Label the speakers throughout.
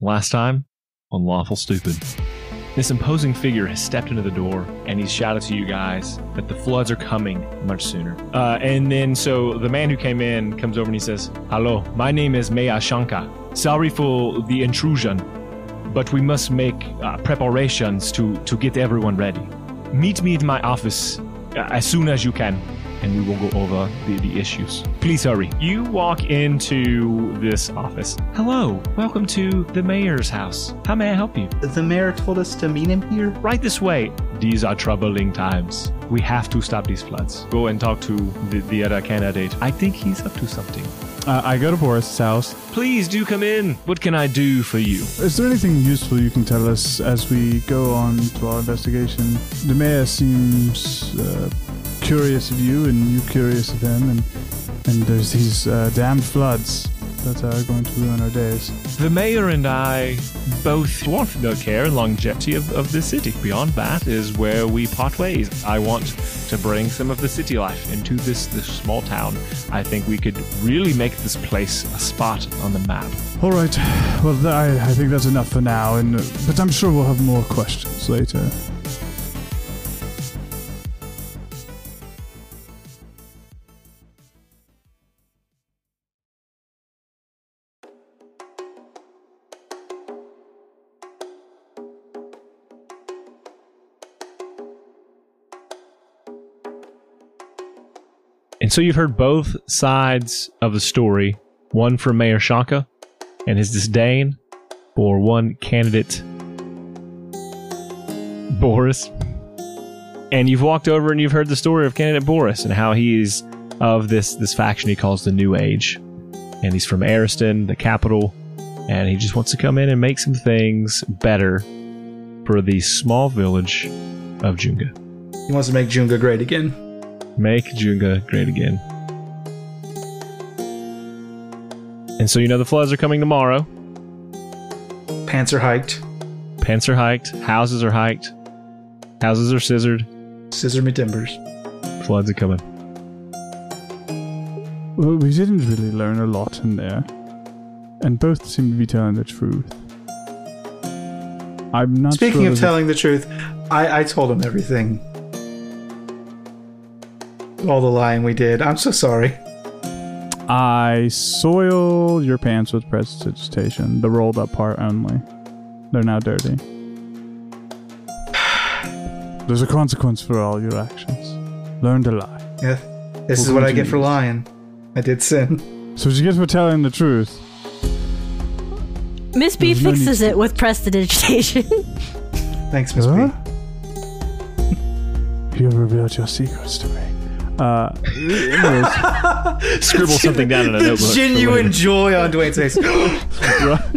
Speaker 1: Last time on Lawful Stupid. This imposing figure has stepped into the door and he's shouted to you guys that the floods are coming much sooner. Uh, and then, so the man who came in comes over and he says, Hello, my name is Maya Shanka. Sorry for the intrusion, but we must make uh, preparations to, to get everyone ready. Meet me at my office uh, as soon as you can, and we will go over the, the issues. Please hurry. You walk into this office. Hello, welcome to the mayor's house. How may I help you?
Speaker 2: The mayor told us to meet him here.
Speaker 1: right this way. These are troubling times. We have to stop these floods. Go and talk to the, the other candidate. I think he's up to something.
Speaker 3: Uh, I go to Boris's house.
Speaker 1: Please do come in. What can I do for you?
Speaker 3: Is there anything useful you can tell us as we go on to our investigation? The mayor seems uh, curious of you, and you curious of him, and and there's these uh, damn floods that are going to ruin our days.
Speaker 1: The mayor and I both want the care and longevity of, of the city. Beyond that is where we part ways. I want to bring some of the city life into this, this small town. I think we could really make this place a spot on the map.
Speaker 3: All right. Well, th- I, I think that's enough for now, and uh, but I'm sure we'll have more questions later.
Speaker 1: And so you've heard both sides of the story one from Mayor Shanka and his disdain for one candidate, Boris. And you've walked over and you've heard the story of candidate Boris and how he's of this, this faction he calls the New Age. And he's from Ariston, the capital, and he just wants to come in and make some things better for the small village of Junga.
Speaker 2: He wants to make Junga great again.
Speaker 1: Make Junga great again. And so you know the floods are coming tomorrow.
Speaker 2: Pants are hiked.
Speaker 1: Pants are hiked, houses are hiked, houses are scissored,
Speaker 2: Scissor me timbers.
Speaker 1: floods are coming.
Speaker 3: Well, we didn't really learn a lot in there, and both seem to be telling the truth. I'm not
Speaker 2: Speaking
Speaker 3: sure
Speaker 2: of
Speaker 3: that-
Speaker 2: telling the truth, I, I told him everything. All the lying we did. I'm so sorry.
Speaker 3: I soil your pants with prestidigitation. The rolled up part only. They're now dirty. There's a consequence for all your actions. Learn to lie.
Speaker 2: Yeah. This is
Speaker 3: Well,
Speaker 2: what I
Speaker 3: who'd
Speaker 2: get
Speaker 3: you
Speaker 2: for
Speaker 3: use?
Speaker 2: lying. I did sin.
Speaker 3: So as you guess we're telling the truth.
Speaker 4: Miss B
Speaker 3: There's no
Speaker 4: fixes
Speaker 3: need-
Speaker 4: it with prestidigitation.
Speaker 2: Thanks, Miss
Speaker 3: Huh?
Speaker 2: B.
Speaker 3: You revealed your secrets to me. Uh, anyways,
Speaker 1: Scribble something down in a
Speaker 2: The
Speaker 1: notebook. for
Speaker 2: genuine
Speaker 1: later.
Speaker 2: joy on Dwayne's face.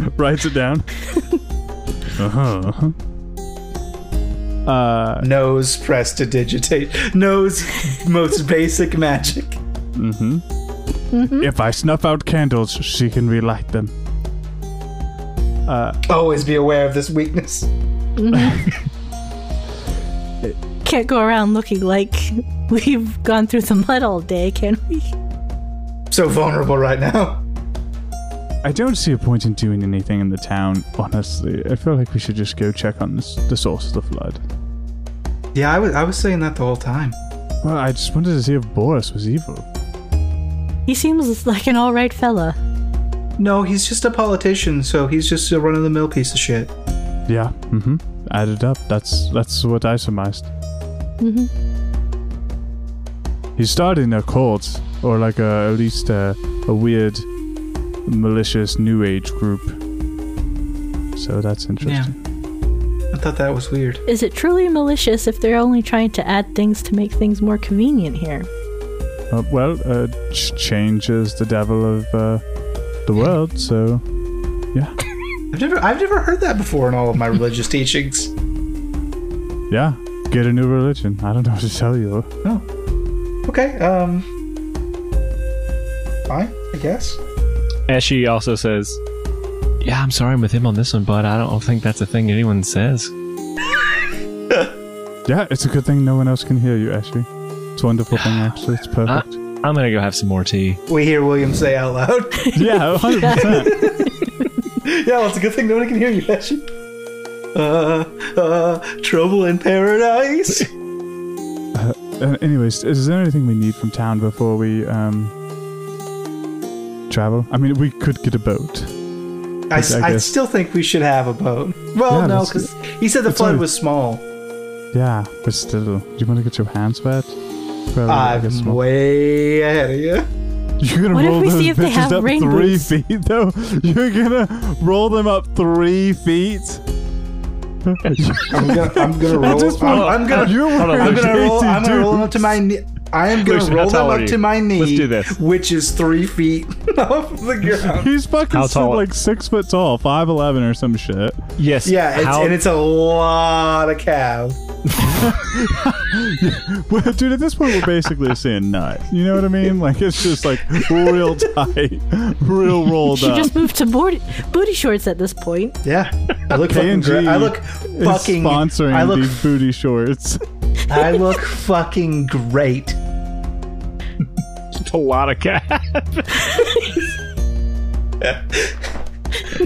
Speaker 3: Ri- writes it down. Uh-huh. Uh,
Speaker 2: Nose prestidigitate. Nose most basic magic.
Speaker 3: Mm-hmm. If I snuff out candles, she can relight them. Uh,
Speaker 2: Always be aware of this weakness.
Speaker 4: Can't go around looking like we've gone through the mud all day, can we?
Speaker 2: So vulnerable right now.
Speaker 3: I don't see a point in doing anything in the town, honestly. I feel like we should just go check on this, the source of the flood.
Speaker 2: Yeah, I was I was saying that the whole time.
Speaker 3: Well, I just wanted to see if Boris was evil.
Speaker 4: He seems like an alright fella.
Speaker 2: No, he's just a politician, so he's just a run of the mill piece of shit.
Speaker 3: Yeah, mm-hmm. Added up, that's that's what I surmised.
Speaker 4: Mhm.
Speaker 3: He's starting a cult, or like a, at least a, a weird, malicious New Age group. So that's interesting.
Speaker 2: I thought that was weird.
Speaker 4: Is it truly malicious if they're only trying to add things to make things more convenient here?
Speaker 3: Uh, well, uh, ch- change is the devil of uh, the world, so yeah,
Speaker 2: I've never I've never heard that before in all of my religious teachings.
Speaker 3: yeah. Get a new religion. I don't know what to tell you.
Speaker 2: No. Okay, um Fine, I guess.
Speaker 1: Eshi also says, Yeah, I'm sorry I'm with him on this one, but I don't think that's a thing anyone says.
Speaker 3: Yeah, it's a good thing no one else can hear you, actually. It's a wonderful thing, actually. It's perfect.
Speaker 1: I'm gonna go have some more tea.
Speaker 2: We hear William say out loud.
Speaker 3: yeah, 100%.
Speaker 2: Yeah, well, it's a good thing nobody can hear you, Ashley. Uh, uh, trouble in paradise.
Speaker 3: Uh, anyways, is there anything we need from town before we um travel? I mean, we could get a boat.
Speaker 2: I, s-
Speaker 3: I
Speaker 2: I
Speaker 3: guess.
Speaker 2: still think we should have a boat. Well,
Speaker 3: Yeah,
Speaker 2: no,
Speaker 3: that's-
Speaker 2: because he said the
Speaker 3: that's
Speaker 2: flood
Speaker 3: all-
Speaker 2: was small.
Speaker 3: Yeah, but still, do you want to get your hands wet? Well, Oh, I guess
Speaker 2: I'm
Speaker 3: not.
Speaker 2: way ahead of you.
Speaker 3: You're gonna
Speaker 4: What if
Speaker 3: roll
Speaker 4: we
Speaker 3: those
Speaker 4: see if they
Speaker 3: bitches
Speaker 4: have
Speaker 3: up
Speaker 4: rain
Speaker 3: three
Speaker 4: boots?
Speaker 3: feet, though. You're gonna roll them up three feet.
Speaker 2: I'm gonna, I'm gonna roll.
Speaker 3: At this point,
Speaker 2: I'm, I'm gonna,
Speaker 3: you're
Speaker 1: hold on,
Speaker 2: I'm
Speaker 3: wearing
Speaker 2: gonna roll.
Speaker 3: JC
Speaker 2: I'm gonna roll them up to
Speaker 3: boots.
Speaker 2: my knee. I am gonna
Speaker 1: Lucian, how
Speaker 2: roll them
Speaker 1: tall are
Speaker 2: up
Speaker 1: you?
Speaker 2: to my knee.
Speaker 1: Let's do this.
Speaker 2: Which is three feet off the ground.
Speaker 3: He's fucking
Speaker 1: How
Speaker 3: stood
Speaker 1: tall-
Speaker 3: like six foot tall, five eleven or some shit.
Speaker 1: Yes.
Speaker 2: Yeah, it's,
Speaker 1: how-
Speaker 2: and it's a lot of calves.
Speaker 3: Well, dude, at this point, we're basically seeing nut. You know what I mean? Like it's just like real tight, real rolled
Speaker 4: Should
Speaker 3: up.
Speaker 4: just move to board- booty shorts at this point.
Speaker 2: Yeah, I look fucking.
Speaker 3: K&G
Speaker 2: Gre- I look
Speaker 3: Is
Speaker 2: fucking.
Speaker 3: sponsoring
Speaker 2: I look.
Speaker 3: these booty shorts.
Speaker 2: I look fucking great.
Speaker 1: a lot of cat.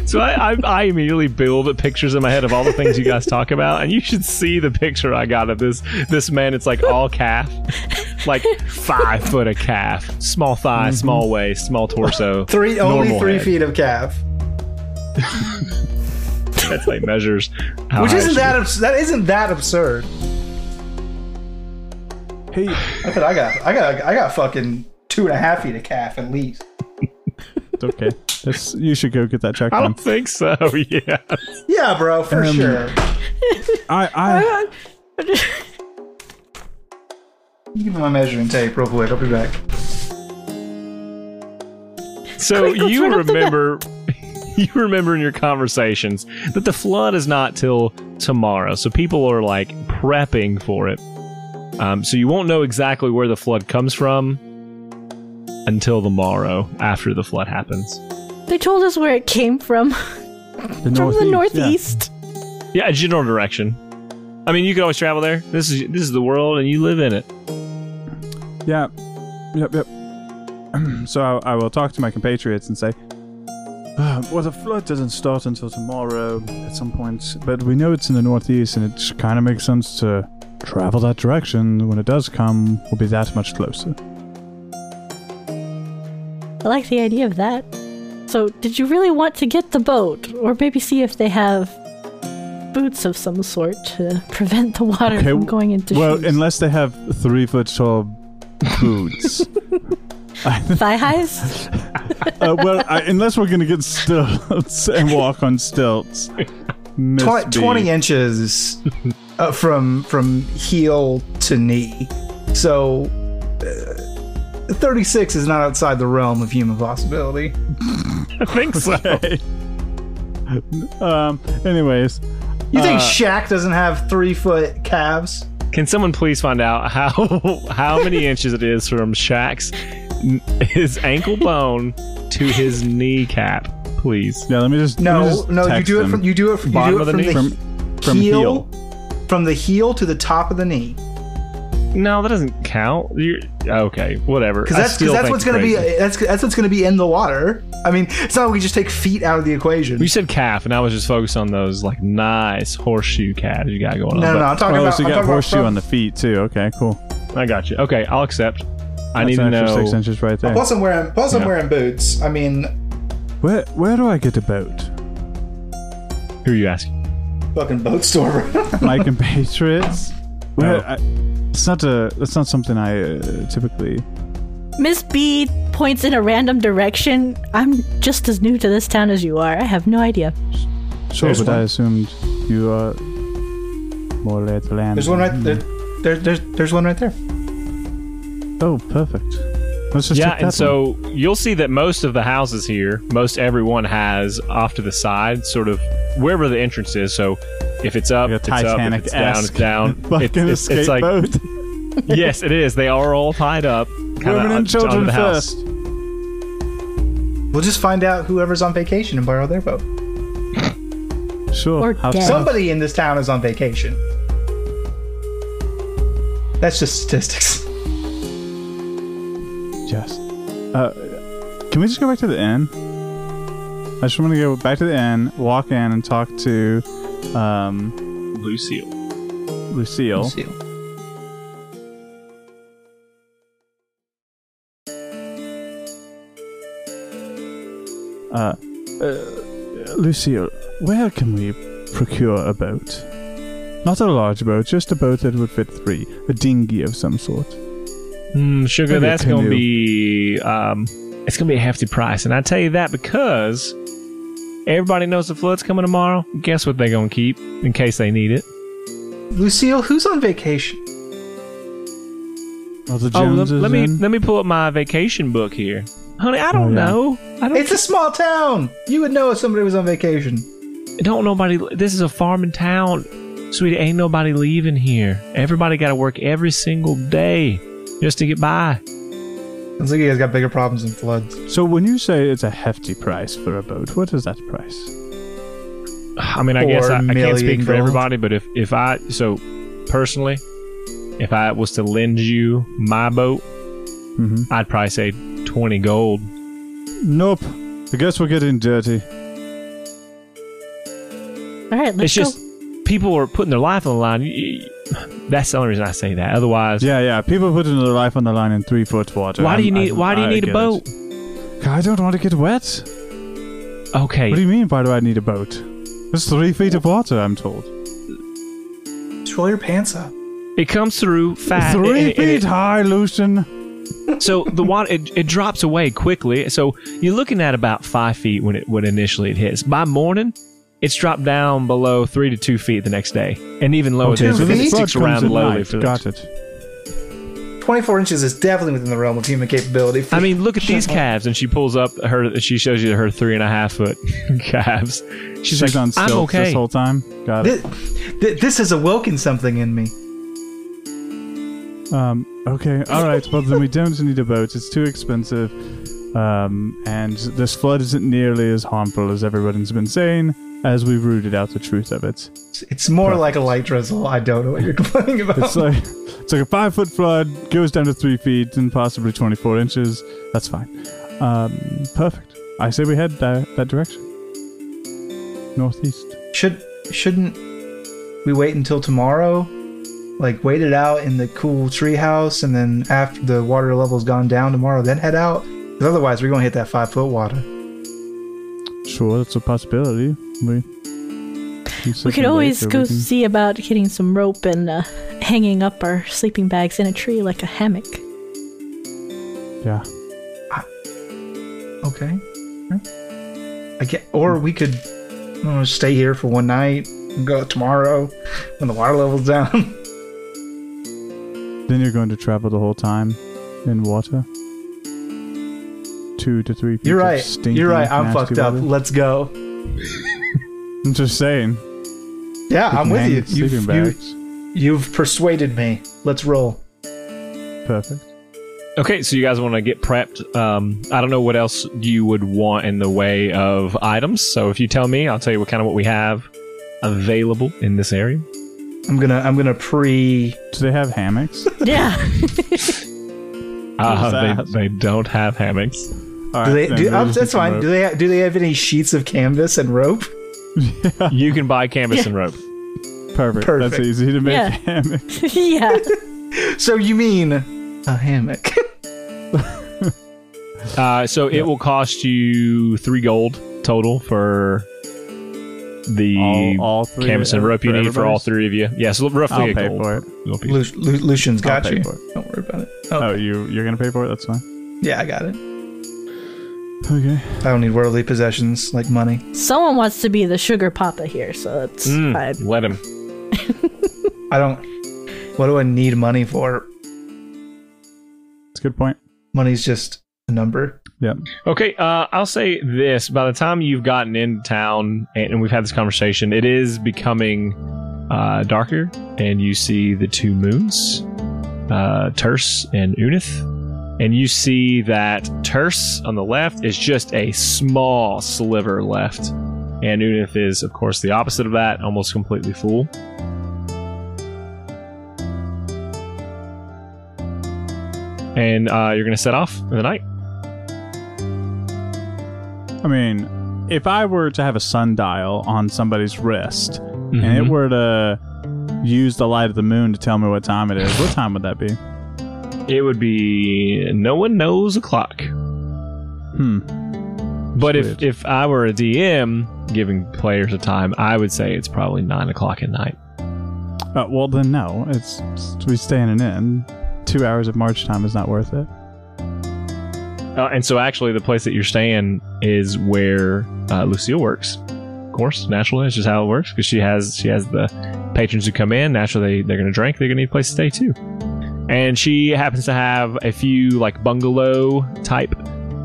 Speaker 1: so I, I, I immediately build pictures in my head of all the things you guys talk about, and you should see the picture I got of this this man. It's like all calf, like five foot of calf, small thigh, small waist, small torso,
Speaker 2: Mm-hmm. Three only
Speaker 1: normal
Speaker 2: three
Speaker 1: head.
Speaker 2: feet of calf,
Speaker 1: That's like measures. how
Speaker 2: which
Speaker 1: high
Speaker 2: isn't
Speaker 1: she-
Speaker 2: that abs- that isn't that absurd.
Speaker 3: Hey,
Speaker 2: I bet I got I got I got fucking two and a half feet of calf at least.
Speaker 3: it's okay. That's, you should go get that checked.
Speaker 1: I
Speaker 3: on.
Speaker 1: don't think so. Yeah.
Speaker 2: Yeah, bro, for
Speaker 3: Um,
Speaker 2: sure.
Speaker 3: I, I
Speaker 2: Give me my measuring tape real quick. I'll be back.
Speaker 1: So
Speaker 4: Crinkle
Speaker 1: you
Speaker 4: turn up the net.
Speaker 1: remember, you remember in your conversations that the flood is not till tomorrow, so people are like prepping for it. Um, so you won't know exactly where the flood comes from until the morrow after the flood happens.
Speaker 4: They told us where it came from. From
Speaker 3: the
Speaker 4: the northeast.
Speaker 1: Yeah, a general direction. I mean, you can always travel there. This is this is the world, and you live in it.
Speaker 3: Yeah. Yep, yep. so I, I will talk to my compatriots and say, "Uh, well, the flood doesn't start until tomorrow at some point, but we know it's in the northeast, and it kind of makes sense to travel that direction. When it does come, we'll be that much closer.
Speaker 4: I like the idea of that. So, did you really want to get the boat? Or maybe see if they have boots of some sort to prevent the water from
Speaker 3: w-
Speaker 4: going into
Speaker 3: well,
Speaker 4: shoes.
Speaker 3: unless they have three foot tall boots.
Speaker 4: Thigh highs?
Speaker 3: uh, well, I, unless we're going to get stilts and walk on stilts. Miss
Speaker 2: Tw-
Speaker 3: B.
Speaker 2: Twenty inches uh, from from heel to knee, so uh, thirty six is not outside the realm of human possibility.
Speaker 1: I think so.
Speaker 3: um. Anyways,
Speaker 2: You think
Speaker 3: Uh,
Speaker 2: Shaq doesn't have three foot calves?
Speaker 1: Can someone please find out how how many inches it is from Shaq's n- his ankle bone to his kneecap, please?
Speaker 3: yeah. Let me just let me
Speaker 2: No,
Speaker 3: just
Speaker 2: no. You
Speaker 3: text
Speaker 2: do it
Speaker 3: them.
Speaker 2: from you do it from you
Speaker 1: Bottom
Speaker 2: do it
Speaker 1: of the
Speaker 2: from
Speaker 1: knee?
Speaker 2: the
Speaker 3: from from
Speaker 2: heel,
Speaker 3: heel.
Speaker 2: from the heel to the top of the knee
Speaker 1: No, that doesn't count. You're, okay, whatever.
Speaker 2: because that's because that's what's going to be that's that's what's going to be in the water. I mean, it's not like we just take feet out of the equation.
Speaker 1: You said calf, and I was just focused on those like nice horseshoe calves you got going
Speaker 2: no,
Speaker 1: on.
Speaker 2: no,
Speaker 1: but-
Speaker 2: no. I'm talking
Speaker 3: Oh,
Speaker 2: about
Speaker 3: so you
Speaker 2: I'm
Speaker 3: got
Speaker 2: talking about
Speaker 3: horseshoe
Speaker 2: from-
Speaker 3: on the feet too. Okay, cool.
Speaker 1: I got you. Okay, I'll accept. I
Speaker 3: That's
Speaker 1: need to
Speaker 3: an extra
Speaker 1: know.
Speaker 3: six inches right there.
Speaker 2: Plus, I'm wearing plus I'm
Speaker 1: Yeah.
Speaker 2: wearing boots. I mean,
Speaker 3: Where where do I get a boat?
Speaker 1: Who are you asking?
Speaker 2: fucking boat store.
Speaker 3: My compatriots. Where,
Speaker 1: No.
Speaker 3: I, it's not a. That's not something I uh, typically.
Speaker 4: Miss B points in a random direction. I'm just as new to this town as you are. I have no idea.
Speaker 3: Sure,
Speaker 2: There's
Speaker 3: but I
Speaker 2: one.
Speaker 3: assumed you are more laid to land.
Speaker 2: there's one right
Speaker 3: than-
Speaker 2: there. there there's there's one right there.
Speaker 3: Oh, perfect. Let's just
Speaker 1: yeah,
Speaker 3: take that
Speaker 1: and so you'll see that most of the houses here, most everyone has off to the side, sort of wherever the entrance is. So if it's up,
Speaker 3: Like a
Speaker 1: it's up. If it's down, it's
Speaker 3: Titanic-esque
Speaker 1: down.
Speaker 3: one.
Speaker 1: It's-
Speaker 3: Fucking
Speaker 1: it's,
Speaker 3: escape
Speaker 1: it's like
Speaker 3: boat.
Speaker 1: yes, it is. They are all tied up. kinda
Speaker 3: Women
Speaker 1: on-
Speaker 3: and children
Speaker 1: onto the house.
Speaker 3: first.
Speaker 2: We'll just find out whoever's on vacation and borrow their boat.
Speaker 3: Sure.
Speaker 4: Or
Speaker 3: how
Speaker 4: dead.
Speaker 3: tough.
Speaker 2: Somebody in this town is on vacation. That's just statistics.
Speaker 3: Yes. Uh, can we just go back to the inn? I I just want to go back to the inn, walk in, and talk to um,
Speaker 1: Lucille.
Speaker 3: Lucille.
Speaker 2: Seal.
Speaker 3: Uh, uh, Lucille, where can we procure a boat? Not a large boat, just a boat that would fit three, a dinghy of some sort.
Speaker 1: Mm, sugar,
Speaker 3: Maybe a
Speaker 1: that's going to
Speaker 3: canoe.
Speaker 1: be um, it's going to be a hefty price, and I tell you that because everybody knows the flood's coming tomorrow. Guess what they're going to keep in case they need it?
Speaker 2: Lucille, who's on vacation?
Speaker 3: Well, the
Speaker 1: Oh, let,
Speaker 3: Joneses
Speaker 1: let me
Speaker 3: in.
Speaker 1: let me pull up my vacation book here, honey. I don't
Speaker 3: Oh, yeah.
Speaker 1: know. I don't.
Speaker 2: It's a small town. You would know if somebody was on vacation.
Speaker 1: don't nobody. This is a farming town, sweetie. Ain't nobody leaving here. Everybody got to work every single day just to get by.
Speaker 2: Sounds like you guys got bigger problems than floods.
Speaker 3: So when you say it's a hefty price for a boat, what is that price?
Speaker 1: I mean, I
Speaker 2: Four
Speaker 1: guess I, I can't speak
Speaker 2: million
Speaker 1: for
Speaker 2: gold.
Speaker 1: everybody, but if if I so personally, if I was to lend you my boat,
Speaker 3: Mm-hmm.
Speaker 1: I'd probably say twenty gold.
Speaker 3: Nope. I guess we're getting dirty.
Speaker 4: All right,
Speaker 1: it's
Speaker 4: let's
Speaker 1: just people are putting their life on the line. Y- y- That's the only reason I say that. Otherwise,
Speaker 3: Yeah, yeah. People putting their life on the line in three foot water.
Speaker 1: why do you
Speaker 3: I'm-
Speaker 1: need
Speaker 3: I'm-
Speaker 1: why do you
Speaker 3: I
Speaker 1: need a
Speaker 3: get
Speaker 1: boat?
Speaker 3: it. I don't want to get wet.
Speaker 1: Okay,
Speaker 3: What do you mean? Why do I need a boat? It's three feet of water. I'm told.
Speaker 2: Just roll your pants up.
Speaker 1: it comes through fast.
Speaker 3: three
Speaker 1: and- and- and
Speaker 3: feet
Speaker 1: it-
Speaker 3: high, Lucian.
Speaker 1: so the water it, it drops away quickly. So you're looking at about five feet when it when initially it hits. By morning, it's dropped down below three to two feet the next day, and even lower.
Speaker 2: Okay,
Speaker 1: than
Speaker 2: so
Speaker 1: that.
Speaker 2: this
Speaker 1: Oh, it
Speaker 2: flood
Speaker 1: sticks around lowly for the
Speaker 3: Got it.
Speaker 2: 24 inches is definitely within the realm of human capability.
Speaker 1: I mean, look at these
Speaker 2: Shut up.
Speaker 1: calves, and she pulls up her. She shows you her three and a half foot calves. She's,
Speaker 3: She's
Speaker 1: like,
Speaker 3: on stilts
Speaker 1: I'm
Speaker 3: this
Speaker 1: okay.
Speaker 3: whole time. Got it.
Speaker 2: Thi- thi- this has awoken something in me.
Speaker 3: Um, okay. All right. Well, then we don't need a boat. It's too expensive. Um, and this flood isn't nearly as harmful as everyone's been saying, as we've rooted out the truth of it.
Speaker 2: It's- It's more like a light drizzle. I don't know what you're complaining about.
Speaker 4: Um,
Speaker 3: It's like it's like a five foot flood goes down to three feet and possibly twenty four inches. That's fine. Um, perfect. I say we head that, that direction. Northeast.
Speaker 2: Should shouldn't we wait until tomorrow? Like wait it out in the cool treehouse, and then after the water level's gone down tomorrow, then head out. 'Cause otherwise, we're gonna hit that five foot water.
Speaker 3: Sure, that's a possibility. We
Speaker 4: We could
Speaker 3: can
Speaker 4: always
Speaker 3: later,
Speaker 4: go
Speaker 3: we can-
Speaker 4: see about getting some rope and uh, hanging up our sleeping bags in a tree like a hammock.
Speaker 3: Yeah.
Speaker 2: Okay. I get, or we could I don't know, stay here for one night and go out tomorrow when the water level's down.
Speaker 3: Then you're going to travel the whole time in water. Two to three feet.
Speaker 2: You're
Speaker 3: of
Speaker 2: right.
Speaker 3: stinky,
Speaker 2: You're right. I'm
Speaker 3: nasty
Speaker 2: fucked up.
Speaker 3: water.
Speaker 2: Let's go.
Speaker 3: I'm just saying.
Speaker 2: Yeah,
Speaker 3: We
Speaker 2: I'm
Speaker 3: can
Speaker 2: with
Speaker 3: hang
Speaker 2: you.
Speaker 3: Sleeping
Speaker 2: You've, you.
Speaker 3: bags.
Speaker 2: You've persuaded me. Let's roll.
Speaker 3: Perfect.
Speaker 1: Okay, so you guys want to get prepped. Um, I don't know what else you would want in the way of items. So if you tell me, I'll tell you what kind of what we have available in this area.
Speaker 2: I'm gonna I'm gonna pre
Speaker 3: Do they have hammocks?
Speaker 4: Yeah.
Speaker 1: Uh,
Speaker 3: that?
Speaker 1: they, they don't have hammocks.
Speaker 3: All
Speaker 2: Do they?
Speaker 3: then
Speaker 2: Do,
Speaker 3: we'll
Speaker 2: oh,
Speaker 3: just
Speaker 2: that's
Speaker 3: take a
Speaker 2: fine.
Speaker 3: rope.
Speaker 2: Do they? Do they have any sheets of canvas and rope?
Speaker 1: You can buy canvas and rope.
Speaker 3: Perfect.
Speaker 2: Perfect.
Speaker 3: That's easy to make
Speaker 4: Yeah.
Speaker 3: hammock.
Speaker 4: yeah.
Speaker 2: So you mean a hammock?
Speaker 1: Uh, so it will cost you three gold total for the
Speaker 3: All, all three.
Speaker 1: canvas and
Speaker 3: uh,
Speaker 1: rope you need for all
Speaker 3: everybody's?
Speaker 1: three of you. Yes, roughly
Speaker 3: I'll
Speaker 1: a
Speaker 3: pay
Speaker 1: gold.
Speaker 3: for it.
Speaker 1: Gold piece.
Speaker 2: Lu- Lu- Lucian's got
Speaker 3: I'll pay
Speaker 2: you.
Speaker 3: for it.
Speaker 2: Don't worry about it.
Speaker 3: Oh,
Speaker 2: Oh,
Speaker 3: you you're gonna pay for it. That's fine.
Speaker 2: yeah, I got it.
Speaker 3: Okay.
Speaker 2: I don't need worldly possessions like money.
Speaker 4: Someone wants to be the sugar papa here, so that's
Speaker 1: Mm,
Speaker 4: fine.
Speaker 1: let him.
Speaker 2: I don't. What do I need money for?
Speaker 3: That's a good point.
Speaker 2: Money's just a number.
Speaker 3: Yeah.
Speaker 1: Okay, uh, I'll say this: by the time you've gotten into town and, and we've had this conversation, it is becoming uh, darker, and you see the two moons, uh, Terce and Unith, and you see that Terce on the left is just a small sliver left, and Unith is, of course, the opposite of that, almost completely full. And uh, you're going to set off in the night.
Speaker 3: I mean, if I were to have a sundial on somebody's wrist and it
Speaker 1: Mhm.
Speaker 3: were to use the light of the moon to tell me what time it is, what time would that be?
Speaker 1: It would be no one knows a clock.
Speaker 3: Hmm.
Speaker 1: But if,
Speaker 3: Weird.
Speaker 1: if I were a DM giving players a time, I would say it's probably nine o'clock at night.
Speaker 3: Uh, well, then no. It's, it's we stay in an inn. Two hours of march time is not worth it.
Speaker 1: Uh, and so, actually, the place that you're staying is where uh, Lucille works. Of course, naturally, it's just how it works because she has she has the patrons who come in. Naturally, they, they're going to drink. They're going to need a place to stay too. And she happens to have a few like bungalow type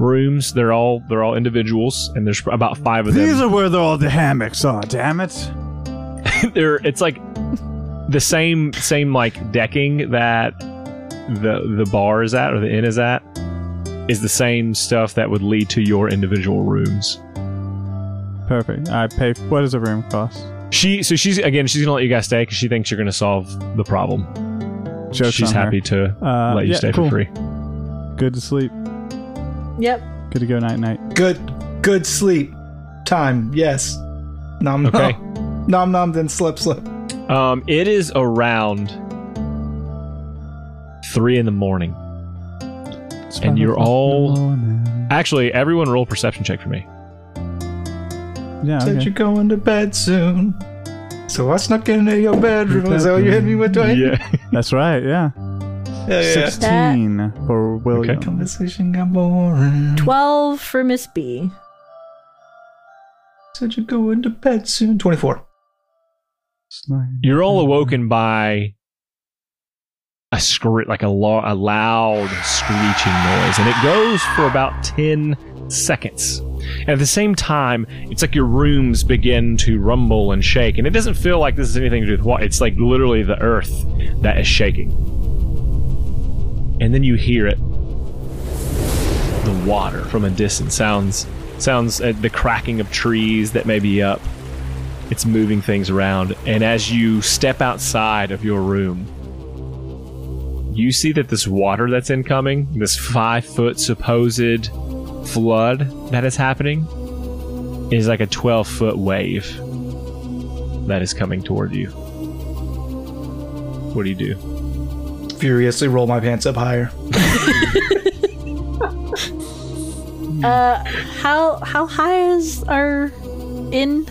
Speaker 1: rooms. They're all they're all individuals, and there's about five of them.
Speaker 3: are where the, all the hammocks are. Damn it!
Speaker 1: there it's like the same same like decking that the the bar is at or the inn is at is the same stuff that would lead to your individual rooms.
Speaker 3: Perfect. I pay. What does a room cost?
Speaker 1: She so she's again she's gonna let you guys stay because she thinks you're gonna solve the problem.
Speaker 3: Joke's
Speaker 1: she's
Speaker 3: on her.
Speaker 1: happy to
Speaker 3: Uh,
Speaker 1: let you
Speaker 3: yeah,
Speaker 1: stay
Speaker 3: cool.
Speaker 1: for free.
Speaker 3: Good to sleep.
Speaker 4: Yep.
Speaker 3: Good to go night night.
Speaker 2: Good, good sleep. Time, yes. Nom nom.
Speaker 1: Okay.
Speaker 2: Nom nom, then slip slip.
Speaker 1: Um, it is around three in the morning. And you're all- Actually, everyone roll a perception check for me.
Speaker 3: Yeah.
Speaker 2: Said
Speaker 3: okay.
Speaker 2: you're going to bed soon. So I snuck into your bedroom. Is that what you hit me with, Dwayne?
Speaker 1: Yeah.
Speaker 3: That's right. Yeah.
Speaker 2: Hell yeah.
Speaker 3: Sixteen for William.
Speaker 2: Conversation got boring.
Speaker 4: 12 for Miss B.
Speaker 2: Said you're going to bed soon. 24.
Speaker 3: It's nine.
Speaker 1: You're all awoken by a scr- like a, lo- a loud screeching noise, and it goes for about 10 seconds. And at the same time, it's like your rooms begin to rumble and shake, and it doesn't feel like this is anything to do with water. It's like literally the earth that is shaking. And then you hear it. The water from a distance sounds sounds uh, the cracking of trees that may be up it's moving things around. And as you step outside of your room, you see that this water that's incoming, this five foot supposed flood that is happening, is like a 12 foot wave that is coming toward you. What do you do?
Speaker 2: Furiously roll my pants up higher.
Speaker 4: Uh, how how high is our inn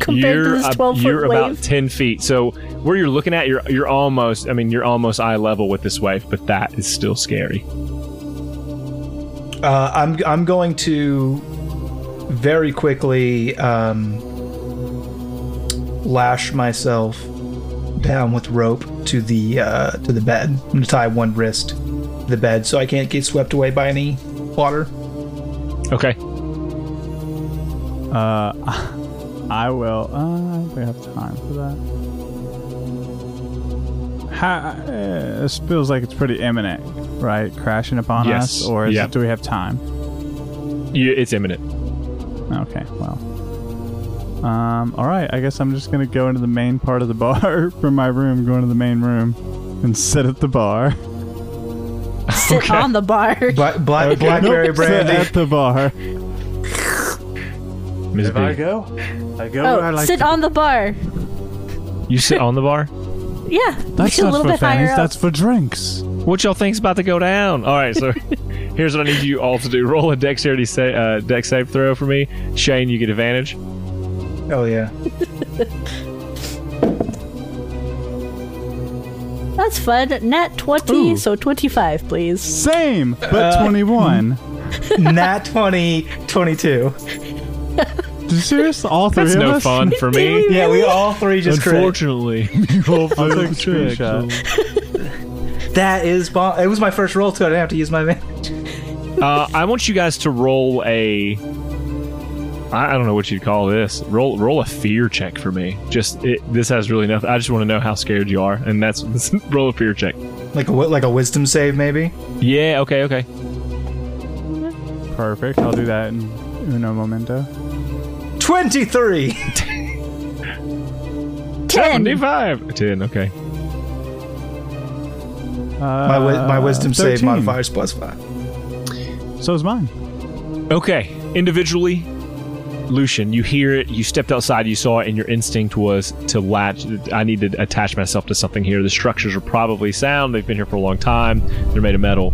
Speaker 4: compared to this
Speaker 1: ab-
Speaker 4: 12 foot
Speaker 1: you're
Speaker 4: wave?
Speaker 1: about 10 feet. So where you're looking at, you're, you're almost, I mean, you're almost eye level with this wave, but that is still scary.
Speaker 2: Uh, I'm, I'm going to very quickly um, lash myself down with rope to the uh, to the bed. I'm going to tie one wrist to the bed so I can't get swept away by any water.
Speaker 1: Okay.
Speaker 3: Uh, I will. Uh, we have time for that. How, uh, this feels like it's pretty imminent, right? Crashing upon
Speaker 1: Yes.
Speaker 3: us, or is
Speaker 1: Yeah.
Speaker 3: it, do we have time?
Speaker 1: You, it's imminent.
Speaker 3: Okay, well. Um, all right, I guess I'm just gonna go into the main part of the bar from my room, go into the main room, and sit at the bar.
Speaker 4: Sit on the bar.
Speaker 2: Black, black, blackberry
Speaker 3: Nope,
Speaker 2: brandy.
Speaker 3: Sit at the bar.
Speaker 1: Ms. B,
Speaker 3: go, I go.
Speaker 4: Oh, sit on the bar.
Speaker 1: you sit on the bar?
Speaker 4: Yeah,
Speaker 3: That's
Speaker 4: a
Speaker 3: not
Speaker 4: little
Speaker 3: for
Speaker 4: bit
Speaker 3: fannies.
Speaker 4: higher up.
Speaker 3: That's for drinks.
Speaker 1: What y'all think's about to go down? All right, so here's what I need you all to do: roll a dexterity sa- uh, dex save throw for me. Shane, you get advantage.
Speaker 2: Oh yeah.
Speaker 4: That's fun. Nat 20,
Speaker 3: Ooh.
Speaker 4: so 25, please.
Speaker 3: Same, but 21.
Speaker 2: Nat 20, 22.
Speaker 3: Seriously, all three
Speaker 1: It's
Speaker 3: of
Speaker 1: no
Speaker 3: us.
Speaker 1: fun for me.
Speaker 2: Yeah, we all three just crit.
Speaker 1: Unfortunately,
Speaker 3: I'll take a screenshot.
Speaker 2: That is bomb. It was my first roll too. I didn't have to use my van.
Speaker 1: uh, I want you guys to roll a. I I don't know what you'd call this. Roll, roll a fear check for me. Just it, this has really nothing. I just want to know how scared you are, and that's roll a fear check.
Speaker 2: Like a wi- like a wisdom save maybe.
Speaker 1: Yeah. Okay. Okay.
Speaker 3: Perfect. I'll do that in uno momento.
Speaker 2: Twenty three.
Speaker 4: 10.
Speaker 1: Seventy-five. Ten. Okay.
Speaker 3: Uh,
Speaker 2: My wi- my wisdom save
Speaker 3: 13.
Speaker 2: modifiers plus five.
Speaker 3: So is mine.
Speaker 1: Okay. Individually, Lucian, you hear it, you stepped outside, you saw it, and your instinct was to latch. I need to attach myself to something here. The structures are probably sound. They've been here for a long time. They're made of metal.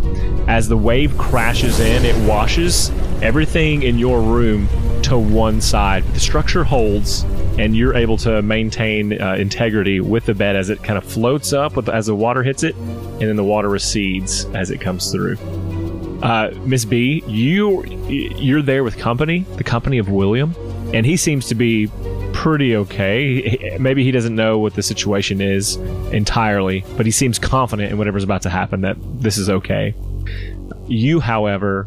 Speaker 1: As the wave crashes in, it washes everything in your room to one side. The structure holds, and you're able to maintain uh, integrity with the bed as it kind of floats up with, as the water hits it, and then the water recedes as it comes through uh, Miss B, you you're there with company, the company of William, and he seems to be pretty okay. Maybe he doesn't know what the situation is entirely, but he seems confident in whatever's about to happen that this is okay. You, however,